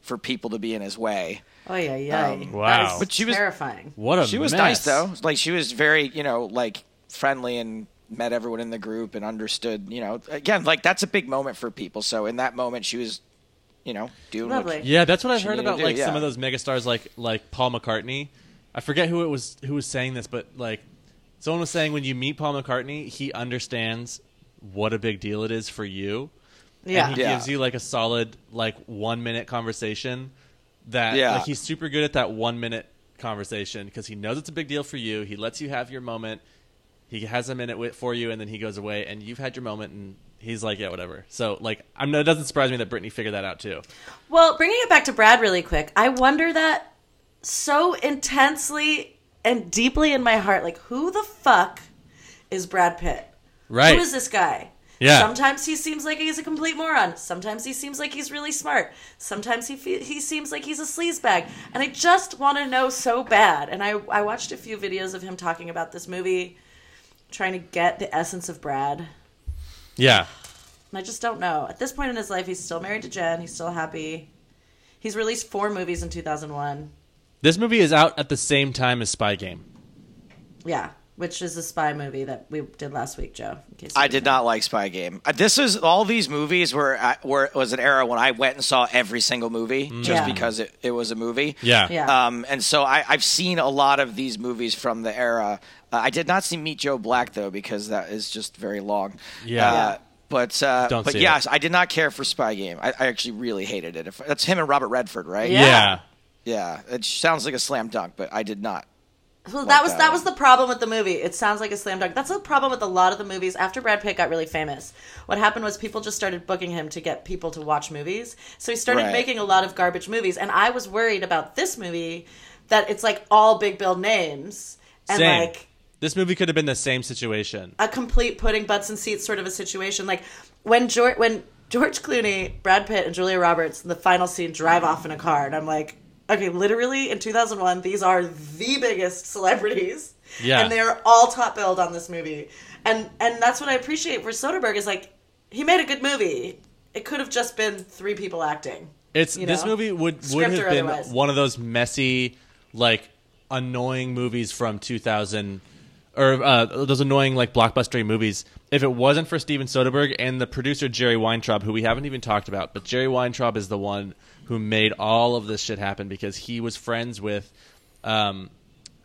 for people to be in his way
Oh yeah, yeah.
Um,
Wow.
but
But
she
she was-
terrifying.
what a
she was
mess.
nice though like she was very you know like friendly and met everyone in the group and understood you know again like that's a big moment for people so in that moment she was you know doing what
Lovely.
Yeah, that's what I've
She
heard
needed
about
to,
like some
yeah.
of those megastars like like Paul McCartney. I forget who it was who was saying this, but like someone was saying when you meet Paul McCartney, he understands what a big deal it is for you.
Yeah.
And he
Yeah.
gives you like a solid like one minute conversation that
Yeah.
like he's super good at that one minute conversation because he knows it's a big deal for you. He lets you have your moment. He has a minute with, for you, and then he goes away, and you've had your moment, and he's like, "Yeah, whatever." So, like, I'm, it doesn't surprise me that Brittany figured that out too.
Well, bringing it back to Brad really quick, I wonder that so intensely and deeply in my heart, like who the fuck is Brad Pitt?
Right?
Who is this guy?
Yeah.
Sometimes he seems like he's a complete moron. Sometimes he seems like he's really smart. Sometimes he fe- he seems like he's a sleazebag. And I just want to know so bad. And I I watched a few videos of him talking about this movie, trying to get the essence of Brad.
Yeah.
And I just don't know. At this point in his life, he's still married to Jen. He's still happy. He's released four movies in 2001.
This movie is out at the same time as Spy Game.
Yeah, which is a spy movie that we did last week, Joe. In case you
I did not like Spy Game. Uh, This is all these movies were I- were was an era when I went and saw every single movie just
Yeah.
because it, it was a movie.
Mm. Yeah.
Yeah.
Um, and so I, I've seen a lot of these movies from the era. Uh, I did not see Meet Joe Black though because that is just very long.
Yeah.
Yeah.
Uh, but uh,
Don't
but
see
yes, I did not care for Spy Game. I, I actually really hated it. If, that's him and Robert Redford, right?
Yeah.
Yeah. It sounds like a slam dunk, but I did not.
Well, that was
that
that
one.
was the problem with the movie. It sounds like a slam dunk. That's the problem with a lot of the movies. After Brad Pitt got really famous, what happened was people just started booking him to get people to watch movies. So he started
Right.
making a lot of garbage movies, and I was worried about this movie that it's like all big bill names and
Same.
like
this movie could have been the same situation.
a complete putting butts in seats sort of a situation. Like when George, when George Clooney, Brad Pitt, and Julia Roberts in the final scene drive off in a car, and I'm like, okay, literally in 2001, these are the biggest celebrities,
Yeah.
and they are all top billed on this movie, and and that's what I appreciate for Soderbergh is like he made a good movie. It could have just been three people acting.
It's
you
this
know?
movie would would
Script or
have been
otherwise.
one of those messy, like annoying movies from 2000 or uh, those annoying like blockbuster movies. If it wasn't for Steven Soderbergh and the producer Jerry Weintraub, who we haven't even talked about, but Jerry Weintraub is the one who made all of this shit happen because he was friends with um,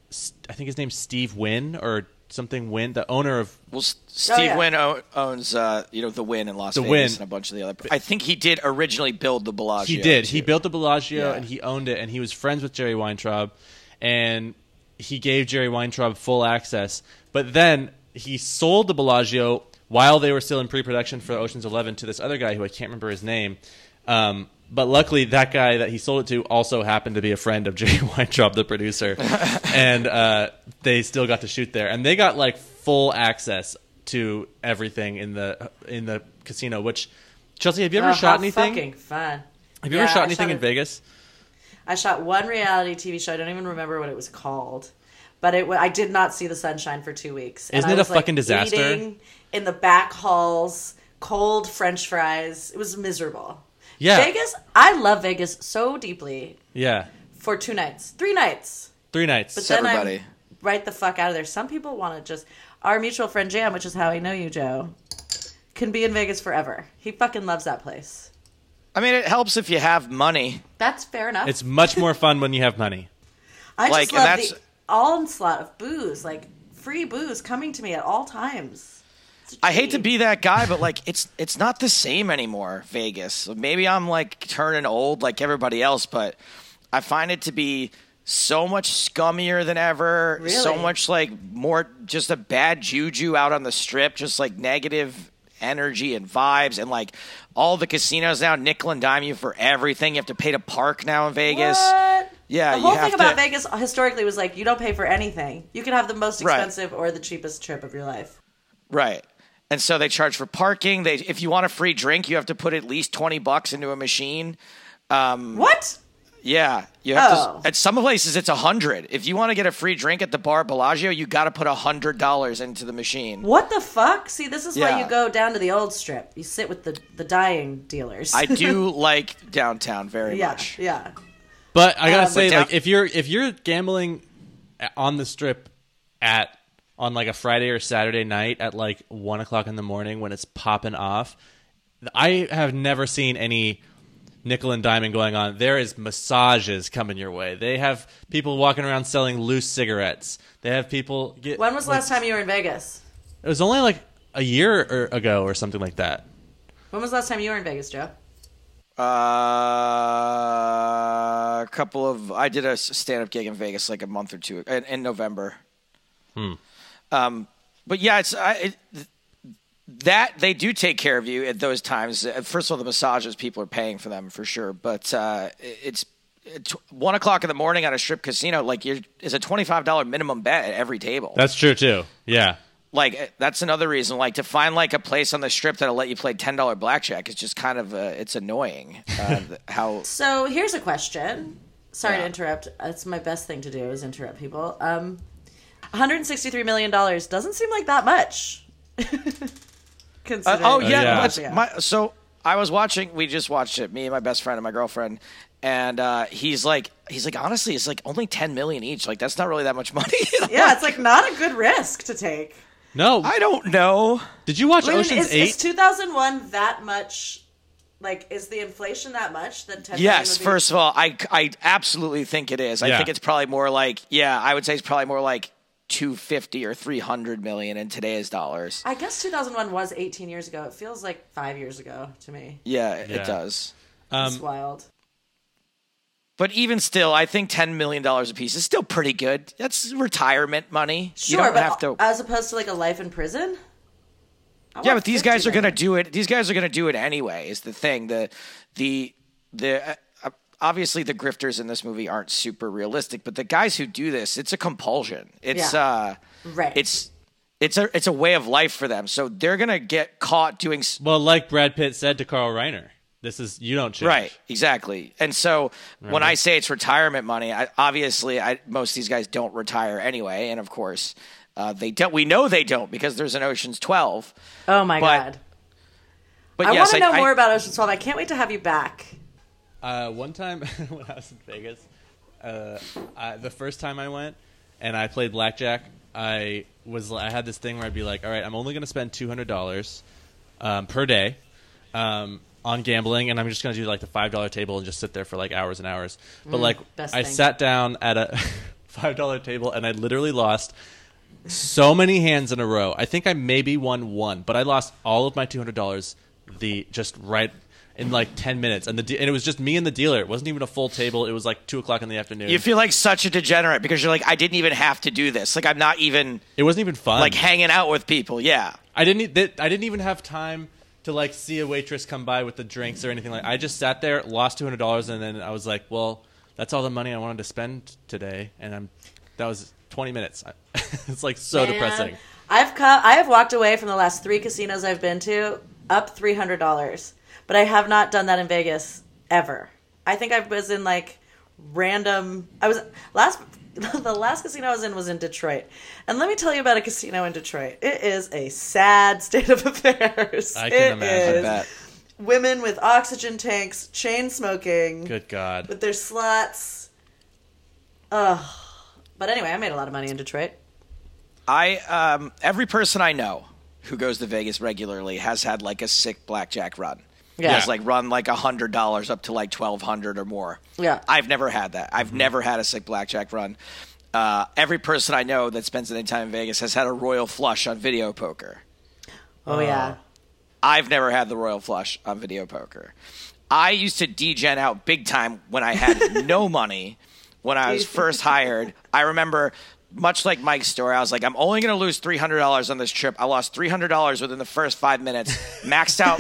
St- I think his name's Steve Wynn or something Wynn, the owner of
Well, S- Steve
yeah.
Wynn o- owns uh, you know the Win in Las
The
Vegas
Wynn.
and a bunch of the other. I think he did originally build the Bellagio.
He did. He
too.
built the Bellagio
Yeah.
and he owned it, and he was friends with Jerry Weintraub, and he gave Jerry Weintraub full access. But then he sold the Bellagio while they were still in pre-production for Ocean's Eleven to this other guy who I can't remember his name. Um, but luckily, that guy that he sold it to also happened to be a friend of (laughs) Jerry Weintraub, the
(laughs)
producer, and uh, they still got to shoot there, and they got like full access to everything in the in the casino. Which Chelsea, have you
Uh,
ever
Oh,
shot
how
anything?
Fucking fun.
Have you
Yeah,
ever shot
I
anything in
a-
Vegas?
I shot one reality TV show. I don't even remember what it was called, but it. wa- I did not see the sunshine for two weeks. And
Isn't
I
it a
was, like,
fucking disaster?
eating in the back halls, cold French fries. It was miserable.
Yeah.
Vegas. I love Vegas so deeply
Yeah.
for two nights, three nights.
Three nights.
But then
everybody.
I'm right the fuck out of there. Some people want to just. Our mutual friend Jam, which is how I know you, Joe, can be in Vegas forever. He fucking loves that place.
I mean, it helps if you have money.
That's fair enough.
it's much more fun when you have money.
I
Like,
just
and
love
that's-
the onslaught of booze, like free booze coming to me at all times. It's a
I hate to
treat.
be that guy, but like it's it's not the same anymore. Vegas. So Maybe I'm like turning old like everybody else, but I find it to be so much scummier than ever. So
Really?
much like more just a bad juju out on the strip, just like negative energy and vibes and like all the casinos now nickel and dime you for everything. You have to pay to park now in Vegas.
What?
Yeah,
the
you
whole
have
thing about
to-
Vegas historically was like you don't pay for anything. You can have the most
Right.
expensive or the cheapest trip of your life.
Right. And so they charge for parking. They if you want a free drink, you have to put at least 20 bucks into a machine.
What?
Yeah, you have
Oh.
to. At some places, it's a hundred. If you want to get a free drink at the bar Bellagio, you got to put a hundred dollars into the machine.
What the fuck? See, this is why
Yeah.
you go down to the old strip. You sit with the the dying dealers.
I do like downtown
(laughs)
very
yeah,
much. (laughs)
yeah.
But I gotta
Um,
say,
but down-
like, if you're if you're gambling on the strip at on like a Friday or Saturday night at like one o'clock in the morning when it's popping off, I have never seen any nickel and diamond going on. There is massages coming your way. They have people walking around selling loose cigarettes. They have people. Get,
When was the
like,
last time you were in Vegas?
It was only like a year or, ago or something like that.
When was the last time you were in Vegas, Joe?
Uh, a couple of I did a stand up gig in Vegas like a month or two in, in November. Um, but yeah, it's I, it, th- that they do take care of you at those times. Uh, First of all, the massages people are paying for them for sure, but uh, it- it's. it's one o'clock in the morning at a strip casino, like you're, is a twenty five dollar minimum bet at every table.
That's true too. Yeah.
like uh, that's another reason. Like to find like a place on the strip that'll let you play ten dollar blackjack is just kind of uh, it's annoying. Uh, th- how
So here's a question. Sorry to
Yeah.
interrupt. That's my best thing to do is interrupt people. Um, 163 million dollars doesn't seem like that much. (laughs)
Uh,
Considering
oh yeah,
yeah.
that's-
Yeah.
my- so I was watching. We just watched it. Me and my best friend and my girlfriend. And uh, he's like, he's like, honestly, it's like only ten million each. Like that's not really that much money. (laughs) And I'm
yeah, it's like not a good risk to take.
No,
like, I don't know.
Did you watch
I mean,
Ocean's
is,
Eight?
is 2001 that much? Like, is the inflation that much? Then 10 million would
Yes,
be-
first of all, I I absolutely think it is. I
Yeah.
think it's probably more like, yeah, I would say it's probably more like two fifty or three hundred million in today's dollars.
I guess 2001 was 18 years ago. It feels like five years ago to me.
Yeah, it-
Yeah.
it does.
It's
Um,
wild.
But even still, I think ten million dollars a piece is still pretty good. That's retirement money.
Sure,
you don't
but
have to.
as opposed to like a life in prison. I
yeah,
want
but these guys
50
are gonna do it. These guys are gonna do it anyway. Is the thing the the the uh, uh, obviously the grifters in this movie aren't super realistic, but the guys who do this, it's a compulsion. It's
Yeah.
uh,
Right.
It's it's a it's a way of life for them. So they're gonna get caught doing s-
well, like Brad Pitt said to Carl Reiner, this is you don't change.
Right, exactly. And so when I say it's retirement money, I, obviously I, most of these guys don't retire anyway, and of course uh, they don't. We know they don't because there's an Ocean's Twelve.
Oh my
But-
god!
But
I
yes,
want to know
I,
more about Ocean's Twelve. I can't wait to have you back.
Uh, one time (laughs) when I was in Vegas, uh, I, the first time I went and I played blackjack, I was I had this thing where I'd be like, all right, I'm only going to spend two hundred dollars um, per day um, on gambling, and I'm just going to do like the five dollar table and just sit there for like hours and hours. But like,
Mm, best
I
thing.
sat down at a (laughs) five dollar table, and I literally lost so many hands in a row. I think I maybe won one, but I lost all of my two hundred dollars the just right in like ten minutes, and the de- and it was just me and the dealer. It wasn't even a full table. It was like two o'clock in the afternoon.
You feel like such a degenerate because you're like, I didn't even have to do this. Like I'm not even
it wasn't even fun.
like hanging out with people. Yeah.
I didn't. e- Th- I didn't even have time to like see a waitress come by with the drinks or anything like. I just sat there, lost two hundred dollars, and then I was like, "Well, that's all the money I wanted to spend today," and I'm. That was twenty minutes. (laughs) I- it's like so
Man,
depressing.
I've come. I have walked away from the last three casinos I've been to up three hundred dollars, but I have not done that in Vegas ever. I think I was in like random. I was last. (laughs) The last casino I was in was in Detroit, and let me tell you about a casino in Detroit. It is a sad (laughs) state of affairs.
I can
It
imagine. I
is
That
Women with oxygen tanks, chain smoking
Good God.
with their slots. Ugh. But anyway, I made a lot of money in Detroit.
I um every person I know who goes to Vegas regularly has had like a sick blackjack run.
Yeah.
Has like run like a hundred dollars up to like twelve hundred or more.
Yeah. Mm-hmm.
I've never had that. I've never had a sick blackjack run. Uh, every person I know that spends any time in Vegas has had a royal flush on video poker.
Oh yeah. (laughs)
I've never had the royal flush on video poker. I used to degen out big time when I had no money when I was first hired. I remember, much like Mike's story, I was like, I'm only going to lose $300 on this trip. I lost $300 within the first five minutes, maxed out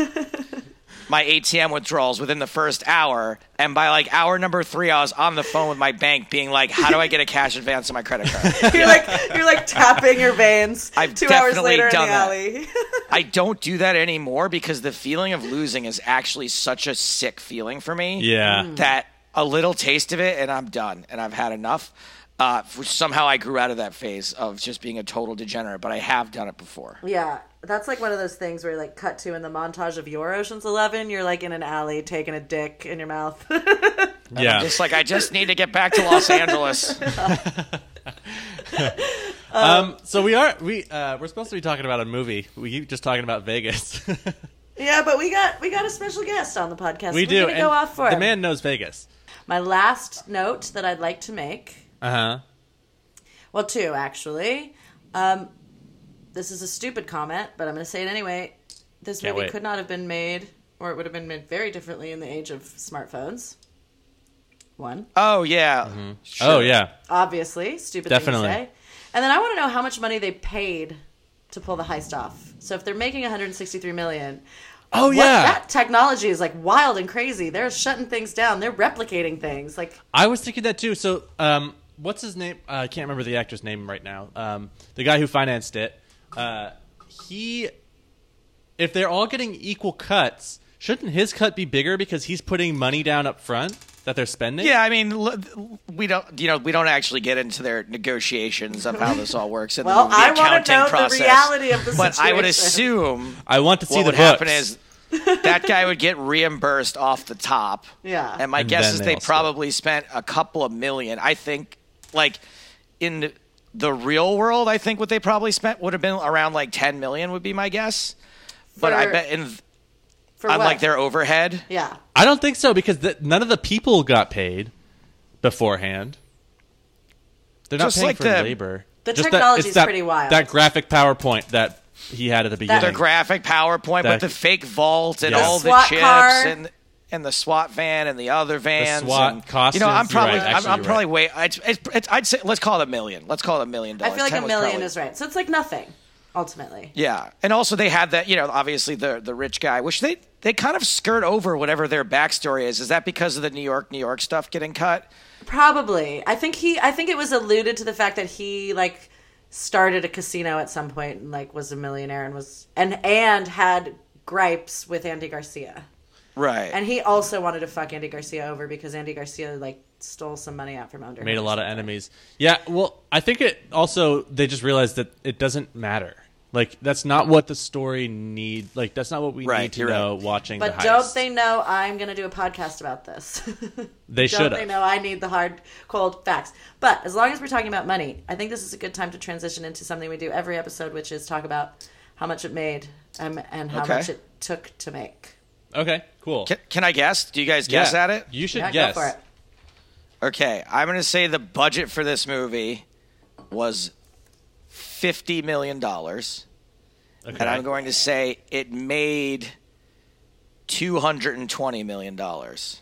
my ATM withdrawals within the first hour. And by like hour number three, I was on the phone with my bank being like, How do I get a cash advance on my credit card?
You're like you're like tapping your veins.
I've
two hours
definitely
later
done
in the alley.
that.
(laughs)
I don't do that anymore because the feeling of losing is actually such a sick feeling for me.
Yeah. Mm.
That a little taste of it and I'm done and I've had enough. Uh, f- somehow I grew out of that phase of just being a total degenerate, but I have done it before.
yeah, that's like one of those things where you like cut to in the montage of your Ocean's Eleven. You're like in an alley taking a dick in your mouth. (laughs)
Yeah.
Just like I just need to get back to
(laughs)
Los Angeles.
Um. So we are we uh we're supposed to be talking about a movie. We keep just talking about Vegas. (laughs)
yeah, but we got we got a special guest on the podcast.
we
We're
do.
Gonna
and
go off for
the
him.
man knows Vegas.
My last note that I'd like to make
Uh
Uh-huh.
huh.
Well, two actually. Um, this is a stupid comment, but I'm going to say it anyway. This
Can't
movie
wait.
could not have been made, or it would have been made very differently in the age of smartphones. One,
Oh, yeah.
Oh yeah.
obviously, stupid
Definitely.
thing to say. And then I want to know how much money they paid to pull the heist off. So if they're making 163 million,
Oh
what-
yeah.
that technology is like wild and crazy. They're shutting things down. They're replicating things. Like
I was thinking that too. So, um, what's his name? Uh, I can't remember the actor's name right now. Um, the guy who financed it. Uh, he, if they're all getting equal cuts, shouldn't his cut be bigger because he's putting money down up front that they're spending?
Yeah, I mean, l- we don't, you know, we don't actually get into their negotiations of how this all works in
Well,
the, movie
I wanna
accounting
know the
process.
reality of the
but I would
situation.
assume
I want to see
what
the
would
books.
happen is that guy would get reimbursed off the top.
Yeah.
And my
And
guess
then
is
they
they
all split.
probably spent a couple of million. I think, like, in the real world, I think what they probably spent would have been around like 10 million, would be my guess. But I
For-
bet in
for
on
what?
like their overhead.
yeah.
I don't think so because th none of the people got paid beforehand. They're not
Just
paying
like
for
the-
labor.
The
Just that-
technology's
it's that-
pretty wild.
That graphic PowerPoint that he had at the beginning.
The graphic PowerPoint
That-
with the fake vault and
Yeah.
all
The
the
SWAT
chips
car.
and and the SWAT van and the other vans.
SWAT
and,
costumes,
You know, I'm
you're right.
probably I'm,
Actually,
I'm
you're
probably way. It's, it's, it's, I'd say let's call it a million. Let's call it a million
I
dollars.
feel like
Ten
a
was
million
probably-
is right. So it's like nothing, ultimately.
Yeah, and also they had that. You know, obviously the the rich guy, which they they kind of skirt over whatever their backstory is. Is that because of the New York New York stuff getting cut?
Probably. I think he I think it was alluded to the fact that he like started a casino at some point and like was a millionaire and was and and had gripes with Andy Garcia.
Right.
And he also wanted to fuck Andy Garcia over because Andy Garcia like stole some money out from under
made
him
a
or
lot of
something.
enemies. Yeah, well, I think it also they just realized that it doesn't matter. Like that's not what the story need. Like that's not what we
Right,
need to
you're right.
know watching.
But
the
don't
heist.
they know I'm going to do a podcast about this? (laughs)
They
don't
should
they
have.
know I need the hard, cold facts? But as long as we're talking about money, I think this is a good time to transition into something we do every episode, which is talk about how much it made um, and how
Okay.
much it took to make.
Okay, cool.
Can, can I guess? Do you guys guess
yeah.
at it?
You should
Yeah,
guess.
go for it.
Okay, I'm gonna say the budget for this movie was fifty million dollars,
Okay.
and I'm going to say it made two hundred and twenty million dollars.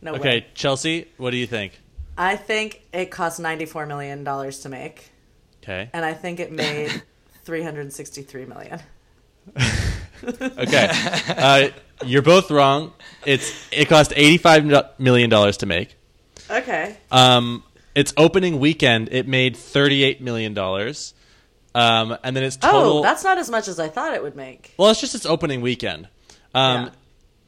No
okay,
way.
Chelsea, what do you think?
I think it cost $94 million to make,
Okay.
and I think it
(laughs)
made $363 million.
Okay. Uh, you're both wrong. It's it cost 85 million dollars to make.
Okay.
Um, its opening weekend, it made thirty-eight million dollars, um, and then its total.
oh, that's not as much as I thought it would make.
well, it's just its opening weekend, um,
Yeah.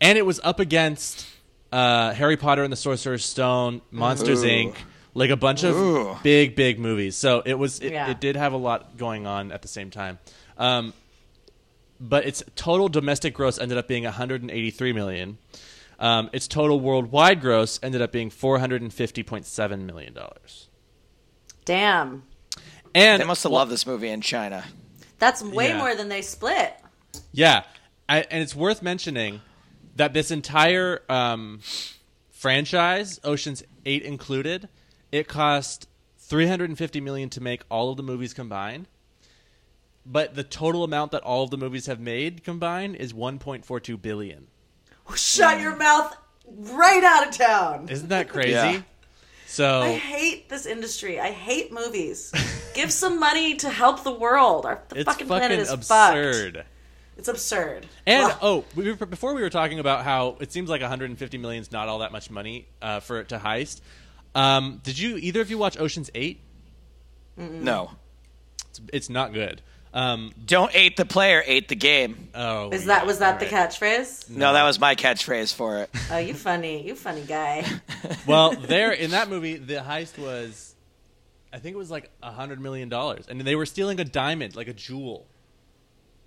and it was up against uh, Harry Potter and the Sorcerer's Stone, Monsters
Ooh.
Inc., like a bunch of
Ooh.
big, big movies. So it was. It,
Yeah.
it did have a lot going on at the same time. Um, but its total domestic gross ended up being 183 million. Um, its total worldwide gross ended up being 450.7 million dollars.
Damn.
And
They must have loved this movie in China.
That's way
Yeah.
more than they split.
yeah, I, and it's worth mentioning that this entire um, franchise, Ocean's Eight included, it cost 350 million to make all of the movies combined. But the total amount that all of the movies have made combined is 1.42 billion.
Shut your mouth right out of town. (laughs)
Isn't that crazy?
Yeah.
I
So
hate this industry. I hate movies. Give some money to help the world. Our the
it's
fucking
fucking,
planet is
absurd.
fucked. It's absurd.
And
Ugh.
oh, we were, before we were talking about how it seems like 150 million is not all that much money uh, for it to heist. Um, did you either of you watch Ocean's Eight? Mm.
No,
It's, it's not good. Um,
don't ate the player, ate the game.
oh,
is that was that the
cat?
catchphrase?
No, that was my catchphrase for it.
Oh,
(laughs)
you funny. You funny guy.
Well,
(laughs)
there in that movie, the heist was, I think it was like 100 million dollars, and they were stealing a diamond, like a jewel.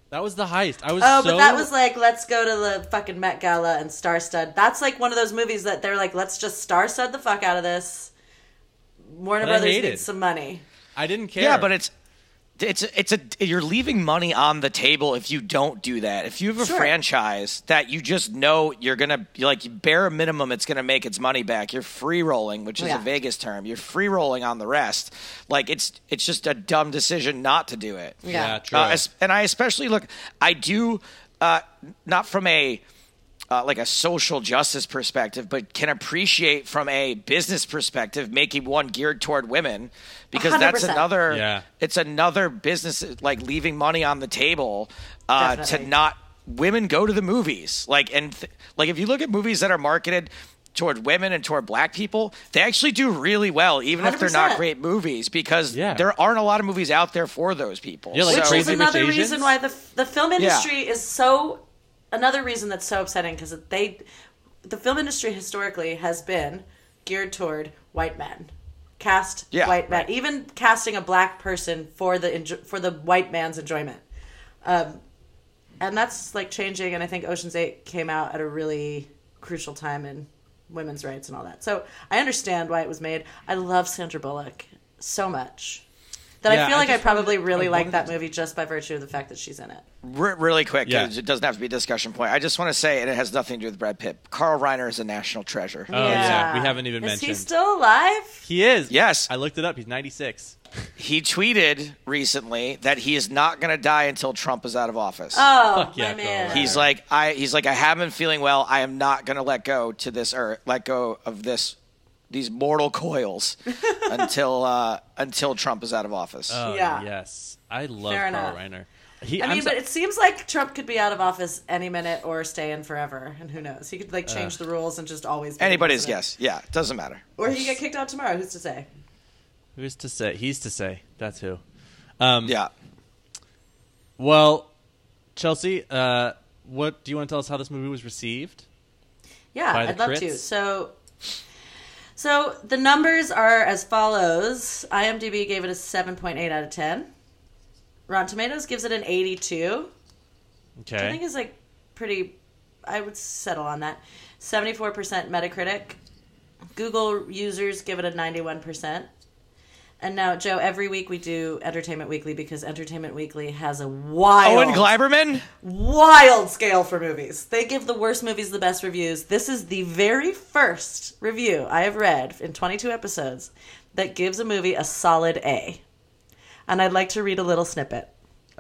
That was the heist. I was
Oh,
so
but that was like, let's go to the fucking Met Gala and star stud. That's like one of those movies that they're like, let's just star stud the fuck out of this. Warner
But I
Brothers
hated.
needs some money.
I didn't care.
Yeah, but it's it's it's a you're leaving money on the table if you don't do that. If you have a
Sure.
franchise that you just know you're gonna you're like bare minimum, it's gonna make its money back. You're free rolling, which is
Yeah.
a Vegas term. You're free rolling on the rest. Like it's it's just a dumb decision not to do it.
Yeah.
yeah, true.
Uh, es- and I especially look, I do uh, not from a uh, like a social justice perspective, but can appreciate from a business perspective making one geared toward women because that's
100%.
another.
Yeah.
It's another business like leaving money on the table uh, to
Definitely.
not women go to the movies like and th- like if you look at movies that are marketed toward women and toward black people they actually do really well even if they're not
100%.
great movies because
Yeah.
there aren't a lot of movies out there for those people
Yeah,
Which
like
so-
is
Crazy Rich
another
Asians?
reason why the the film industry is so another reason that's so upsetting because they the film industry historically has been geared toward white men cast
Yeah,
white men even casting a black person for the enjo- for the white man's enjoyment um, and that's like changing and i think oceans 8 came out at a really crucial time in women's rights and all that so i understand why it was made i love sandra bullock so much that
Yeah,
i feel
I
like i
just
probably
wanted-
really
I
like
wanted
that
to-
movie just by virtue of the fact that she's in it
Re- really quick,
Yeah.
'cause it doesn't have to be a discussion point. I just want to say, and it has nothing to do with Brad Pitt. Carl Reiner is a national treasure.
Oh, yeah, we haven't even
is he
mentioned.
still alive
he is.
Yes.
I looked it up. He's 96.
He tweeted recently that he is not going to die until Trump is out of office.
oh
Fuck yeah,
my man
Colorado.
he's like, I. He's like, I have been feeling well. I am not going to let go to this or let go of this, these mortal coils, until uh, until Trump is out of office.
Oh,
Yeah.
Yes, I love
Fair enough.
Carl Reiner. He,
I
I'm
mean,
so-
but it seems like Trump could be out of office any minute or stay in forever, and who knows? He could
Uh,
like change the rules and just always be the
Anybody's
president.
guess. Yeah, it doesn't matter.
Or he could get kicked out tomorrow. Who's to say?
Who's to say? He's to say. That's who. Um,
Yeah.
Well, Chelsea, uh, what do you want to tell us how this movie was received?
Yeah,
By the
I'd love to.
crits?
So, so the numbers are as follows: IMDb gave it a seven point eight out of ten. Rotten Tomatoes gives it an eighty-two. I think
Okay.
is like pretty. I would settle on that. Seventy-four percent Metacritic. Google users give it a ninety-one percent. And now, Joe, every week we do Entertainment Weekly because Entertainment Weekly has a wild,
Owen Gleiberman?
wild scale for movies. They give the worst movies the best reviews. This is the very first review I have read in 22 episodes that gives a movie a solid A. And I'd like to read a little snippet.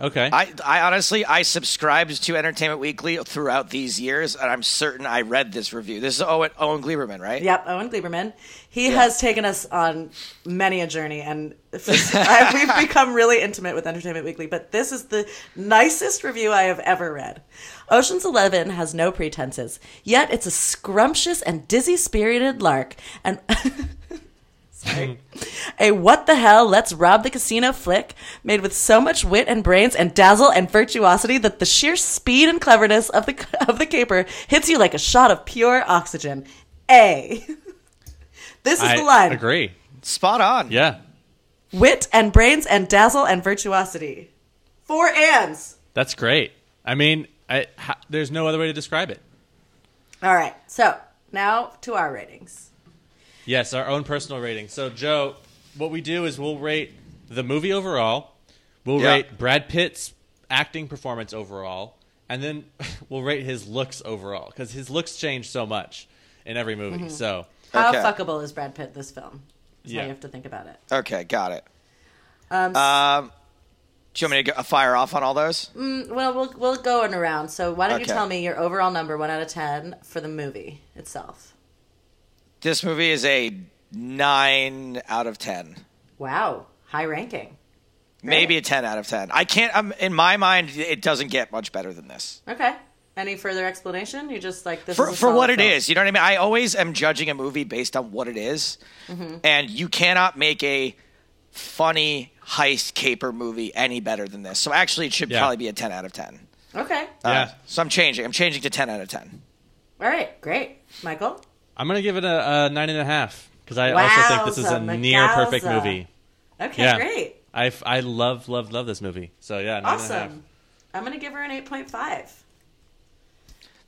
Okay.
I, I honestly, I subscribed to Entertainment Weekly throughout these years, and I'm certain I read this review. This is Owen, Owen Gleiberman, right?
Yep, Owen Gleiberman. He has taken us on many a journey, and I- we've become really intimate with Entertainment Weekly. But this is the nicest review I have ever read. Ocean's Eleven has no pretenses, yet it's a scrumptious and dizzy spirited lark, and (laughs) a what the hell let's rob the casino flick made with so much wit and brains and dazzle and virtuosity that the sheer speed and cleverness of the (laughs) of the caper hits you like a shot of pure oxygen. A. (laughs) this is
I
the line.
agree.
Spot on.
Yeah.
Wit and brains and dazzle and virtuosity. Four ands.
That's great. I mean, I, ha, there's no other way to describe it.
All right. So, now to our ratings.
Yes, our own personal rating. So, Joe, what we do is we'll rate the movie overall, we'll
Yeah.
rate Brad Pitt's acting performance overall, and then (laughs) we'll rate his looks overall because his looks change so much in every movie.
Mm-hmm.
So,
How
Okay.
fuckable is Brad Pitt this film? That's how
Yeah.
you have to think about it.
Okay, got it.
Um,
Um, do you want me to go, uh, fire off on all those?
Well, we'll we'll go in a round. So why don't you
Okay.
tell me your overall number, one out of ten, for the movie itself?
This movie is a nine out of ten.
Wow, high ranking.
Maybe a ten out of ten. I can't. Um, in my mind, it doesn't get much better than this.
Okay. Any further explanation? You just like this
For
is a
for what
solid
it
film.
is, you know what I mean. I always am judging a movie based on what it is,
Mm-hmm.
and you cannot make a funny heist caper movie any better than this. So actually, it should
Yeah.
probably be a ten out of ten.
Okay.
Uh,
yeah.
So I'm changing. I'm changing to ten out of ten.
All right. Great, Michael.
I'm going to give it a, a nine and a half because I also think this is a
Wowza,
near perfect
megawza.
movie.
Okay.
yeah.
Great.
I, f- I love, love, love this movie. So, yeah. nine and a half.
Awesome. I'm gonna give her an eight point five.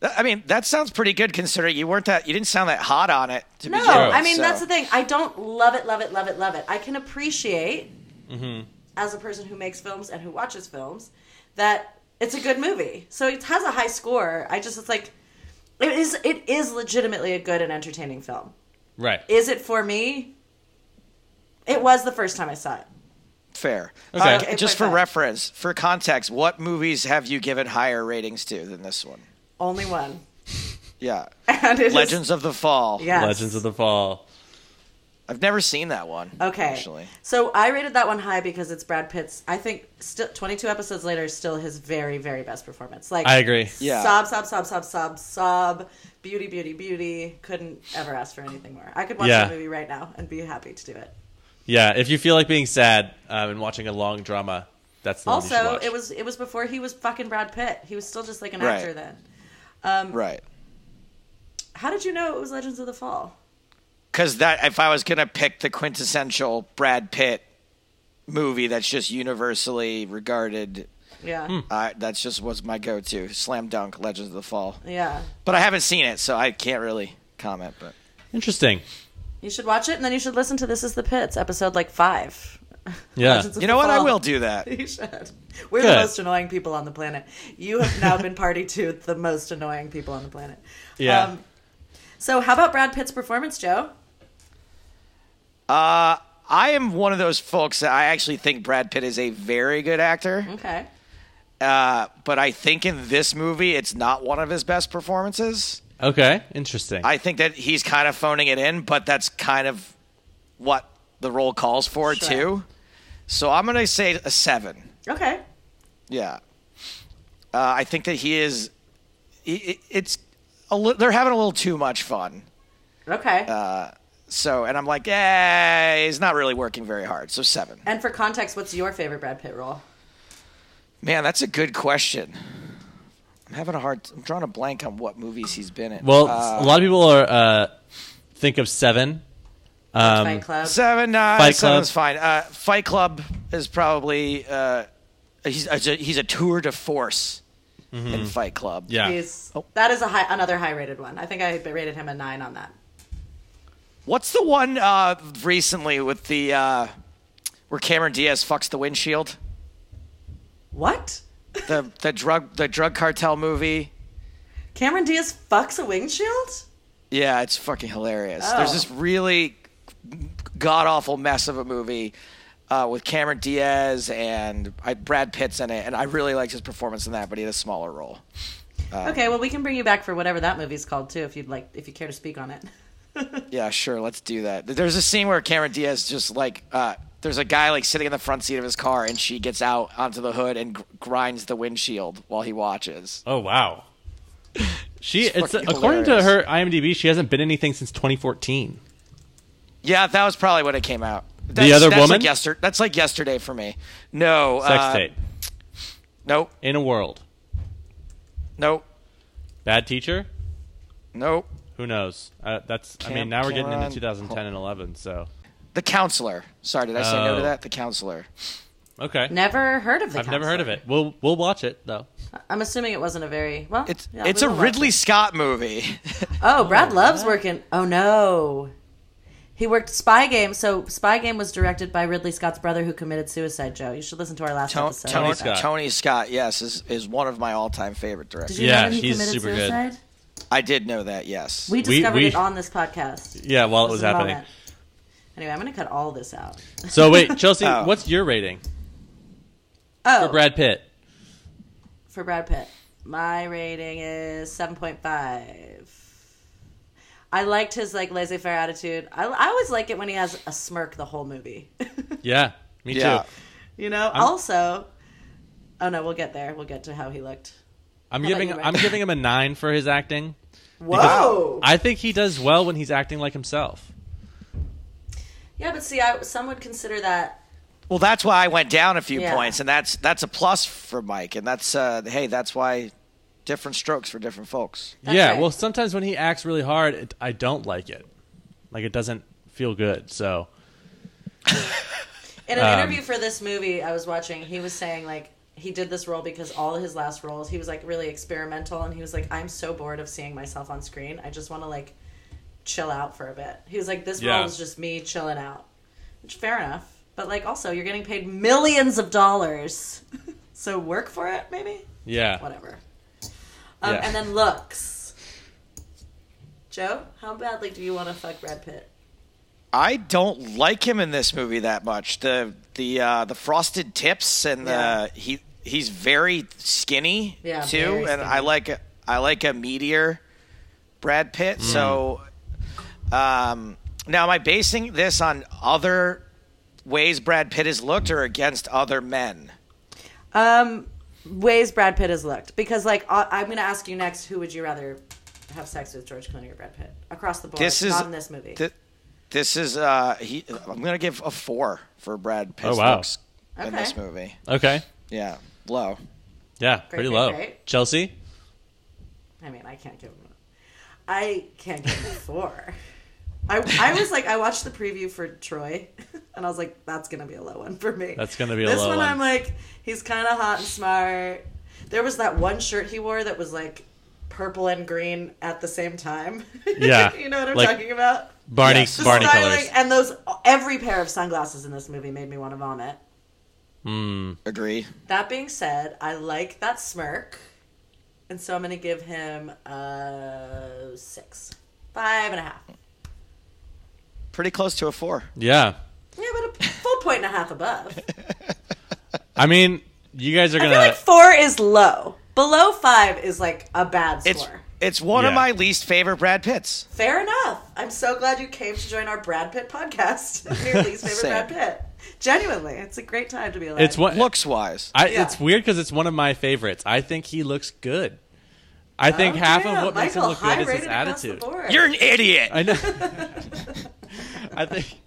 Th- I mean, that sounds pretty good considering you weren't that. You didn't sound that hot on it. To
No,
begin with,
I mean
so.
that's the thing. I don't love it, love it, love it, love it. I can appreciate,
Mm-hmm.
as a person who makes films and who watches films, that it's a good movie. So it has a high score. I just it's like it is. It is legitimately a good and entertaining film.
Right.
Is it for me? It was the first time I saw it.
Fair.
Okay.
Uh, just for
8.5.
reference, for context, what movies have you given higher ratings to than this one?
Only one. (laughs)
Yeah.
And it is-
Legends of the Fall.
Yes.
Legends of the Fall.
I've never seen that one.
Okay.
Actually.
So I rated that one high because it's Brad Pitt's. I think still 22 episodes later is still his very very best performance. Like
I agree.
Yeah.
Sob sob sob sob sob sob. Beauty beauty beauty. Couldn't ever ask for anything more. I could watch
Yeah.
that movie right now and be happy to do it.
Yeah, if you feel like being sad um, and watching a long drama, that's the one you should
also,
watch.
it was it was before he was fucking Brad Pitt. He was still just like an
Right.
actor then. Um,
Right.
How did you know it was Legends of the Fall?
Because that, if I was gonna pick the quintessential Brad Pitt movie that's just universally regarded,
Yeah.
Hmm.
uh, that's just was my go-to. Slam dunk, Legends of the Fall.
Yeah.
But I haven't seen it, so I can't really comment. But
interesting.
You should watch it and then you should listen to This is the Pits episode like 5.
Yeah,
Legends of the
you know what? I
Fall.
will do that.
(laughs) You should. We're the
Good.
most annoying people on the planet. You have now been party to the most annoying people on the planet. Um,
Yeah.
so, how about Brad Pitt's performance, Joe?
I am one of those folks that I actually think Brad Pitt is a very good actor,
Okay.
uh, but I think in this movie it's not one of his best performances.
E
okay, interesting.
I think that he's kind of phoning it in, but that's kind of what the role calls for
Sure.
too. So I'm gonna say a seven.
Okay.
Yeah, uh, I think that he is. i- i- It's a li- they're having a little too much fun.
Okay.
So, and I'm like, eh, he's not really working very hard. So seven.
and for context, what's your favorite Brad Pitt role?
Man, that's a good question. I'm having a hard. I'm drawing a blank on what movies he's been in.
well,
Uh,
a lot of people are uh, think of Seven. Um,
Fight Club.
seven. Uh,
Fight
seven's
Club.
fine. Uh, Fight Club is probably. Uh, he's a, he's a tour de force in Fight Club.
Mm-hmm. yeah,
He's-
Oh.
That is a high, another high rated one. I think I rated him a nine on that.
What's the one uh, recently with the? Uh, where Cameron Diaz fucks the windshield?
What?
The the drug the drug cartel movie.
Cameron Diaz fucks a windshield?
Yeah, it's fucking hilarious.
Oh.
There's this really god awful mess of a movie uh, with Cameron Diaz and I, Brad Pitt's in it, and I really liked his performance in that, but he had a smaller role.
okay, well we can bring you back for whatever that movie's called too, if you'd like, if you care to speak on it. (laughs)
Yeah, sure, let's do that. There's a scene where Cameron Diaz just like uh, there's a guy like sitting in the front seat of his car, and she gets out onto the hood and gr- grinds the windshield while he watches.
Oh wow. She it's,
fucking
according to her
hilarious.
IMDb, she hasn't been anything since 2014.
Yeah, that was probably when it came out. That's-
other
that's
woman?
Like yester- that's like yesterday for me. No,
Sex
uh,
tape
Nope,
in a world.
nope,
Bad teacher.
nope.
Who knows? Uh, that's. I mean,
Camp
now we're getting into
Cameron.
2010 and 11. So
The counselor. Sorry, did I say no
Oh.
to that? The counselor.
okay,
Never heard of the
I've never heard of it. We'll we'll watch it though.
I'm assuming it wasn't a very well.
It's
yeah,
it's
we
a
will watch
Ridley
it. (laughs)
Scott movie.
Oh, Brad loves working. Oh no, he worked Spy Game. So Spy Game was directed by Ridley Scott's brother, who committed suicide. Joe, you should listen to our last
Tony,
episode.
Tony
Scott.
Scott. Tony Scott, yes, is is one of my all time favorite directors.
Did you
Yeah,
know that he
he's
committed
super good.
suicide?
I did know that. Yes.
We discovered
we-
it on this podcast.
Yeah, while it
This
was
is a
happening.
moment. Anyway, I'm going to cut all this out.
So
(laughs)
wait, Chelsea,
Oh.
what's your rating
Oh,
for Brad Pitt?
for Brad Pitt. My rating is 7.5. I liked his like laissez-faire attitude. I, I always like it when he has a smirk the whole movie. (laughs)
Yeah, me
Yeah.
too.
you know, also Oh no, we'll get there. We'll get to how he looked.
I'm
How about
giving
you, Ryan?
I'm giving him a nine for his acting.
Whoa.
I think he does well when he's acting like himself.
yeah, but see, I, some would consider that
Well, that's why I went down a few
Yeah.
points, and that's that's a plus for Mike, and that's uh, hey, that's why different strokes for different folks.
That's
yeah,
right.
well, sometimes when he acts really hard, it, I don't like it. Like it doesn't feel good. So
In an
Um,
interview for this movie I was watching, he was saying like he did this role because all of his last roles he was like really experimental and he was like I'm so bored of seeing myself on screen. I just want to like chill out for a bit. He was like this
Yeah.
role is just me chilling out. Which fair enough, but like also you're getting paid millions of
(laughs)
dollars. so work for it maybe?
yeah,
Whatever. Um,
Yeah.
and then looks. Joe, how badly do you want to fuck Brad Pitt?
I don't like him in this movie that much. The the uh, the frosted tips and
Yeah.
the he he's very skinny
Yeah,
too,
very
and
skinny.
I like a, I like a meteor, Brad Pitt. So, um, now am I basing this on other ways Brad Pitt has looked or against other men?
Um, ways Brad Pitt has looked because, like, I- I'm going to ask you next. Who would you rather have sex with, George Clooney or Brad Pitt? Across the board,
This is
not in this movie.
thi- this is uh, he. I'm gonna give a four for Brad Pitt.
Oh, wow.
looks in
Okay.
this movie.
okay,
Yeah, low.
yeah, pretty
great,
low.
great.
Chelsea,
I mean, I can't give him. a- I can't give him a four. I, I was like, I watched the preview for Troy, (laughs) and I was like, that's gonna be a low one for me.
That's gonna be a
this
low
one.
one.
I'm like, he's kind of hot and smart. There was that one shirt he wore that was like purple and green at the same time. (laughs)
Yeah.
you know what I'm
Like-
talking about.
Barney,
Yes.
The
Barney
styling
colors.
and those every pair of sunglasses in this movie made me want to vomit.
Agree.
That being said, I like that smirk, and so I'm gonna give him a six, five and a half.
Pretty close to a four.
Yeah,
Yeah, but a full point and a half
(laughs)
above.
I mean, you guys are
I
gonna.
feel like four is low. Below five is like a bad
It's
score.
it's one of
Yeah.
my least favorite Brad Pitts.
Fair enough. I'm so glad you came to join our Brad Pitt podcast. (laughs) Your least favorite
Same.
Brad Pitt. Genuinely, it's a great time to be alive.
it's one.
Looks wise,
I,
Yeah.
It's weird because it's one of my favorites. I think he looks good. I think
Oh,
half
damn,
of what makes him
Michael,
look
high
good is
rated
his
across the
attitude.
board.
you're an idiot.
I know. (laughs) I think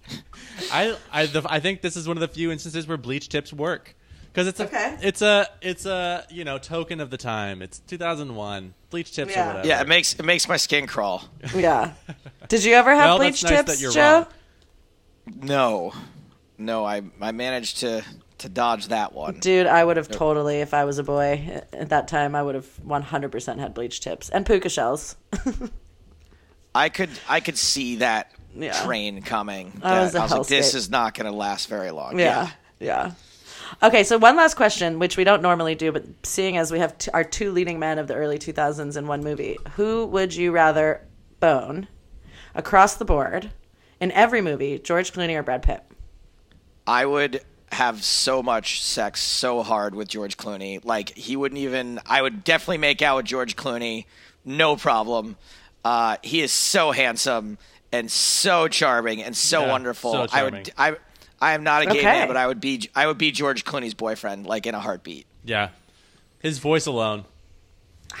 I I, the, I think this is one of the few instances where bleach tips work because it's a
Okay.
it's a it's a you know token of the time. It's 2001 bleach tips
Yeah.
or whatever.
yeah, it makes it makes my skin crawl.
Yeah. Did you ever have
well,
bleach
that's
tips,
nice that you're
Joe?
wrong.
No, no, I I managed to to dodge that one.
Dude, I would have totally, if I was a boy at that time, I would have 100% had bleach tips and puka shells.
I could I could see that
Yeah.
train coming.
That was
that-
a
I was like, this
hellscape.
is not going to last very long.
Yeah. Yeah. Okay, so one last question, which we don't normally do, but seeing as we have t- our two leading men of the early 2000s in one movie, who would you rather bone across the board in every movie, George Clooney or Brad Pitt?
I would have so much sex so hard with George Clooney. Like he wouldn't even. I would definitely make out with George Clooney, no problem. Uh, he is so handsome and so charming and so
Yeah,
wonderful.
so
I
charming.
would. I. I am not a gay
Okay.
man, but I would be. I would be George Clooney's boyfriend, like in a heartbeat.
Yeah. His voice alone.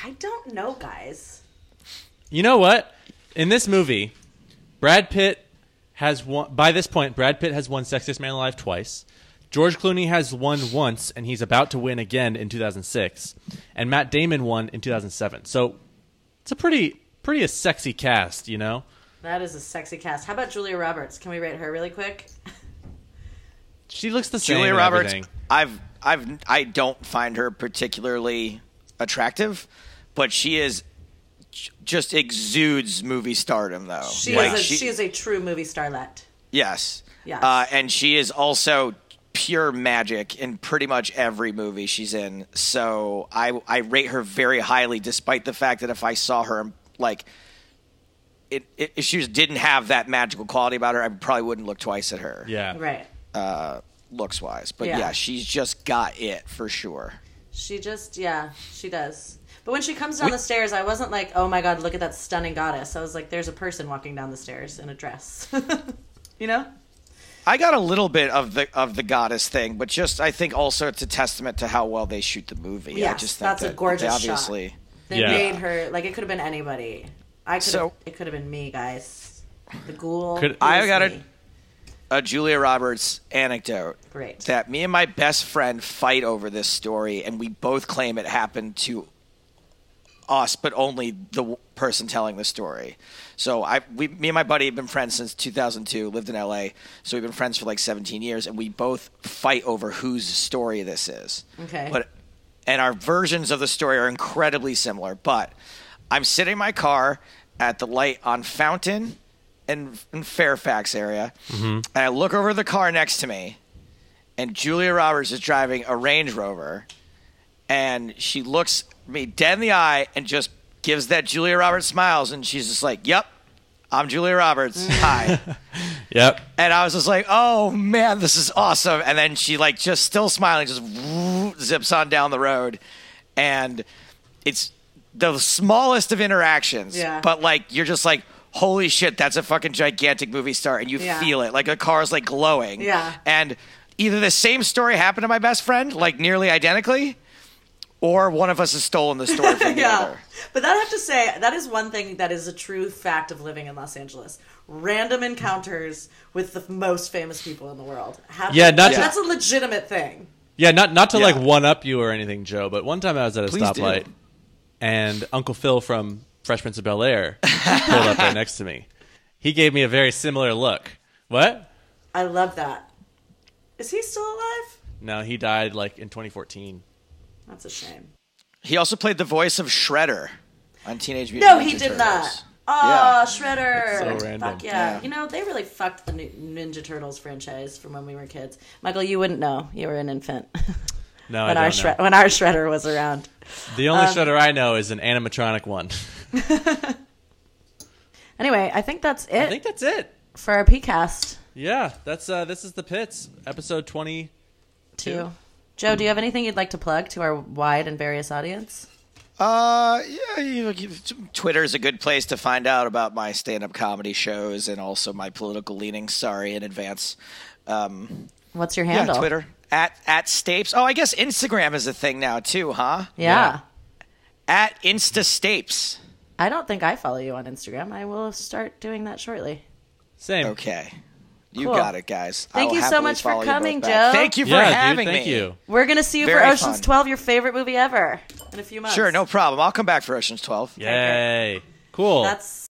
I don't know, guys.
You know what? In this movie, Brad Pitt has won. By this point, Brad Pitt has won Sexiest Man Alive twice. George Clooney has won once, and he's about to win again in 2006. And Matt Damon won in 2007. So it's a pretty, pretty a sexy cast, you know.
That is a sexy cast. How about Julia Roberts? Can we rate her really quick?
She looks the same.
Julia
and
Roberts.
everything.
I've. I've. I don't find her particularly attractive, but she is. j- Just exudes movie stardom, though.
She,
Like,
is, a,
she-
she... is a true movie starlet.
Yes.
Yes.
Uh, and she is also pure magic in pretty much every movie she's in. So I I rate her very highly, despite the fact that if I saw her like. It, it, if she just didn't have that magical quality about her, I probably wouldn't look twice at her,
Yeah.
Right.
looks wise. But
Yeah.
yeah, she's just got it for sure.
She just, yeah, she does. But when she comes down the stairs, I wasn't like, oh my god, look at that stunning goddess. I was like, there's a person walking down the stairs in a dress. (laughs) you know?
I got a little bit of the of the goddess thing, but just I think also it's a testament to how well they shoot the movie. I
Yes,
just think
that's a
that they
gorgeous shot.
obviously.
They
Yeah.
made her, like, it could have been anybody. I could
So-
It could have been me, guys. The ghoul.
Could-
it
I
was
got a-
me.
a Julia Roberts anecdote.
Great.
That me and my best friend fight over this story, and we both claim it happened to us, but only the w- person telling the story. So I, we, me and my buddy have been friends since 2002. Lived in LA, so we've been friends for like 17 years, and we both fight over whose story this is.
Okay.
But and our versions of the story are incredibly similar. But I'm sitting in my car at the light on Fountain and in Fairfax area, and I look over the car next to me, and Julia Roberts is driving a Range Rover, and she looks me dead in the eye and just gives that Julia Roberts smiles, and she's just like, "Yep, I'm Julia Roberts. Hi."
Yep.
And I was just like, oh man, this is awesome. And then she like just still smiling, just (laughs) zips on down the road. And it's the smallest of interactions.
Yeah.
But like you're just like, holy shit, that's a fucking gigantic movie star. And you
Yeah.
feel it. Like the car's like glowing.
Yeah.
And either the same story happened to my best friend, like nearly identically, or one of us has stolen the
(laughs)
story from the
Yeah.
other.
But that I have to say, that is one thing that is a true fact of living in Los Angeles. Random encounters with the most famous people in the world. Happen-
Yeah, not
like,
to-
that's a legitimate thing.
Yeah, not not to
Yeah.
like one up you or anything, Joe, but one time I was at a
Please do.
stoplight and Uncle Phil from Fresh Prince of Bel Air pulled
(laughs)
up right next to me. He gave me a very similar look. What?
I love that. Is he still alive?
No, he died like in 2014.
That's a shame.
He also played the voice of Shredder on Teenage Mutant
No,
Ninja
he did
Turtles.
not.
Yeah.
Oh, Shredder.
That's so random.
Fuck yeah.
Yeah.
You know, they really fucked the Nin- Ninja Turtles franchise from when we were kids. Michael, you wouldn't know. You were an infant (laughs) when
No, I
our
don't know.
Shred- when our Shredder was around.
The
um,
only shredder I know is an animatronic one. (laughs)
Anyway, I think that's it
I think that's it.
for our PCast.
Yeah, that's uh this is the pits episode 20.
Too.
Hmm.
Joe, do you have anything you'd like to plug to our wide and various audience?
Uh, yeah, you, you, Twitter is a good place to find out about my stand-up comedy shows and also my political leanings. Sorry in advance. Um,
What's your
yeah,
handle?
Twitter at at Stapes. Oh, I guess Instagram is a thing now too, huh?
Yeah.
Yeah.
At Insta Stapes.
I don't think I follow you on Instagram. I will start doing that shortly.
Same.
Okay, you
Cool.
got it, guys. I
Thank
will
you so
happily
much for
follow you both
coming,
back.
Joe.
Thank you for
yeah, dude,
having
thank
me.
you.
We're going to see you
Very
for Ocean's
fun.
12, your favorite movie ever, in a few months.
Sure, no problem. I'll come back for Ocean's Twelve.
Yay. Cool.
That's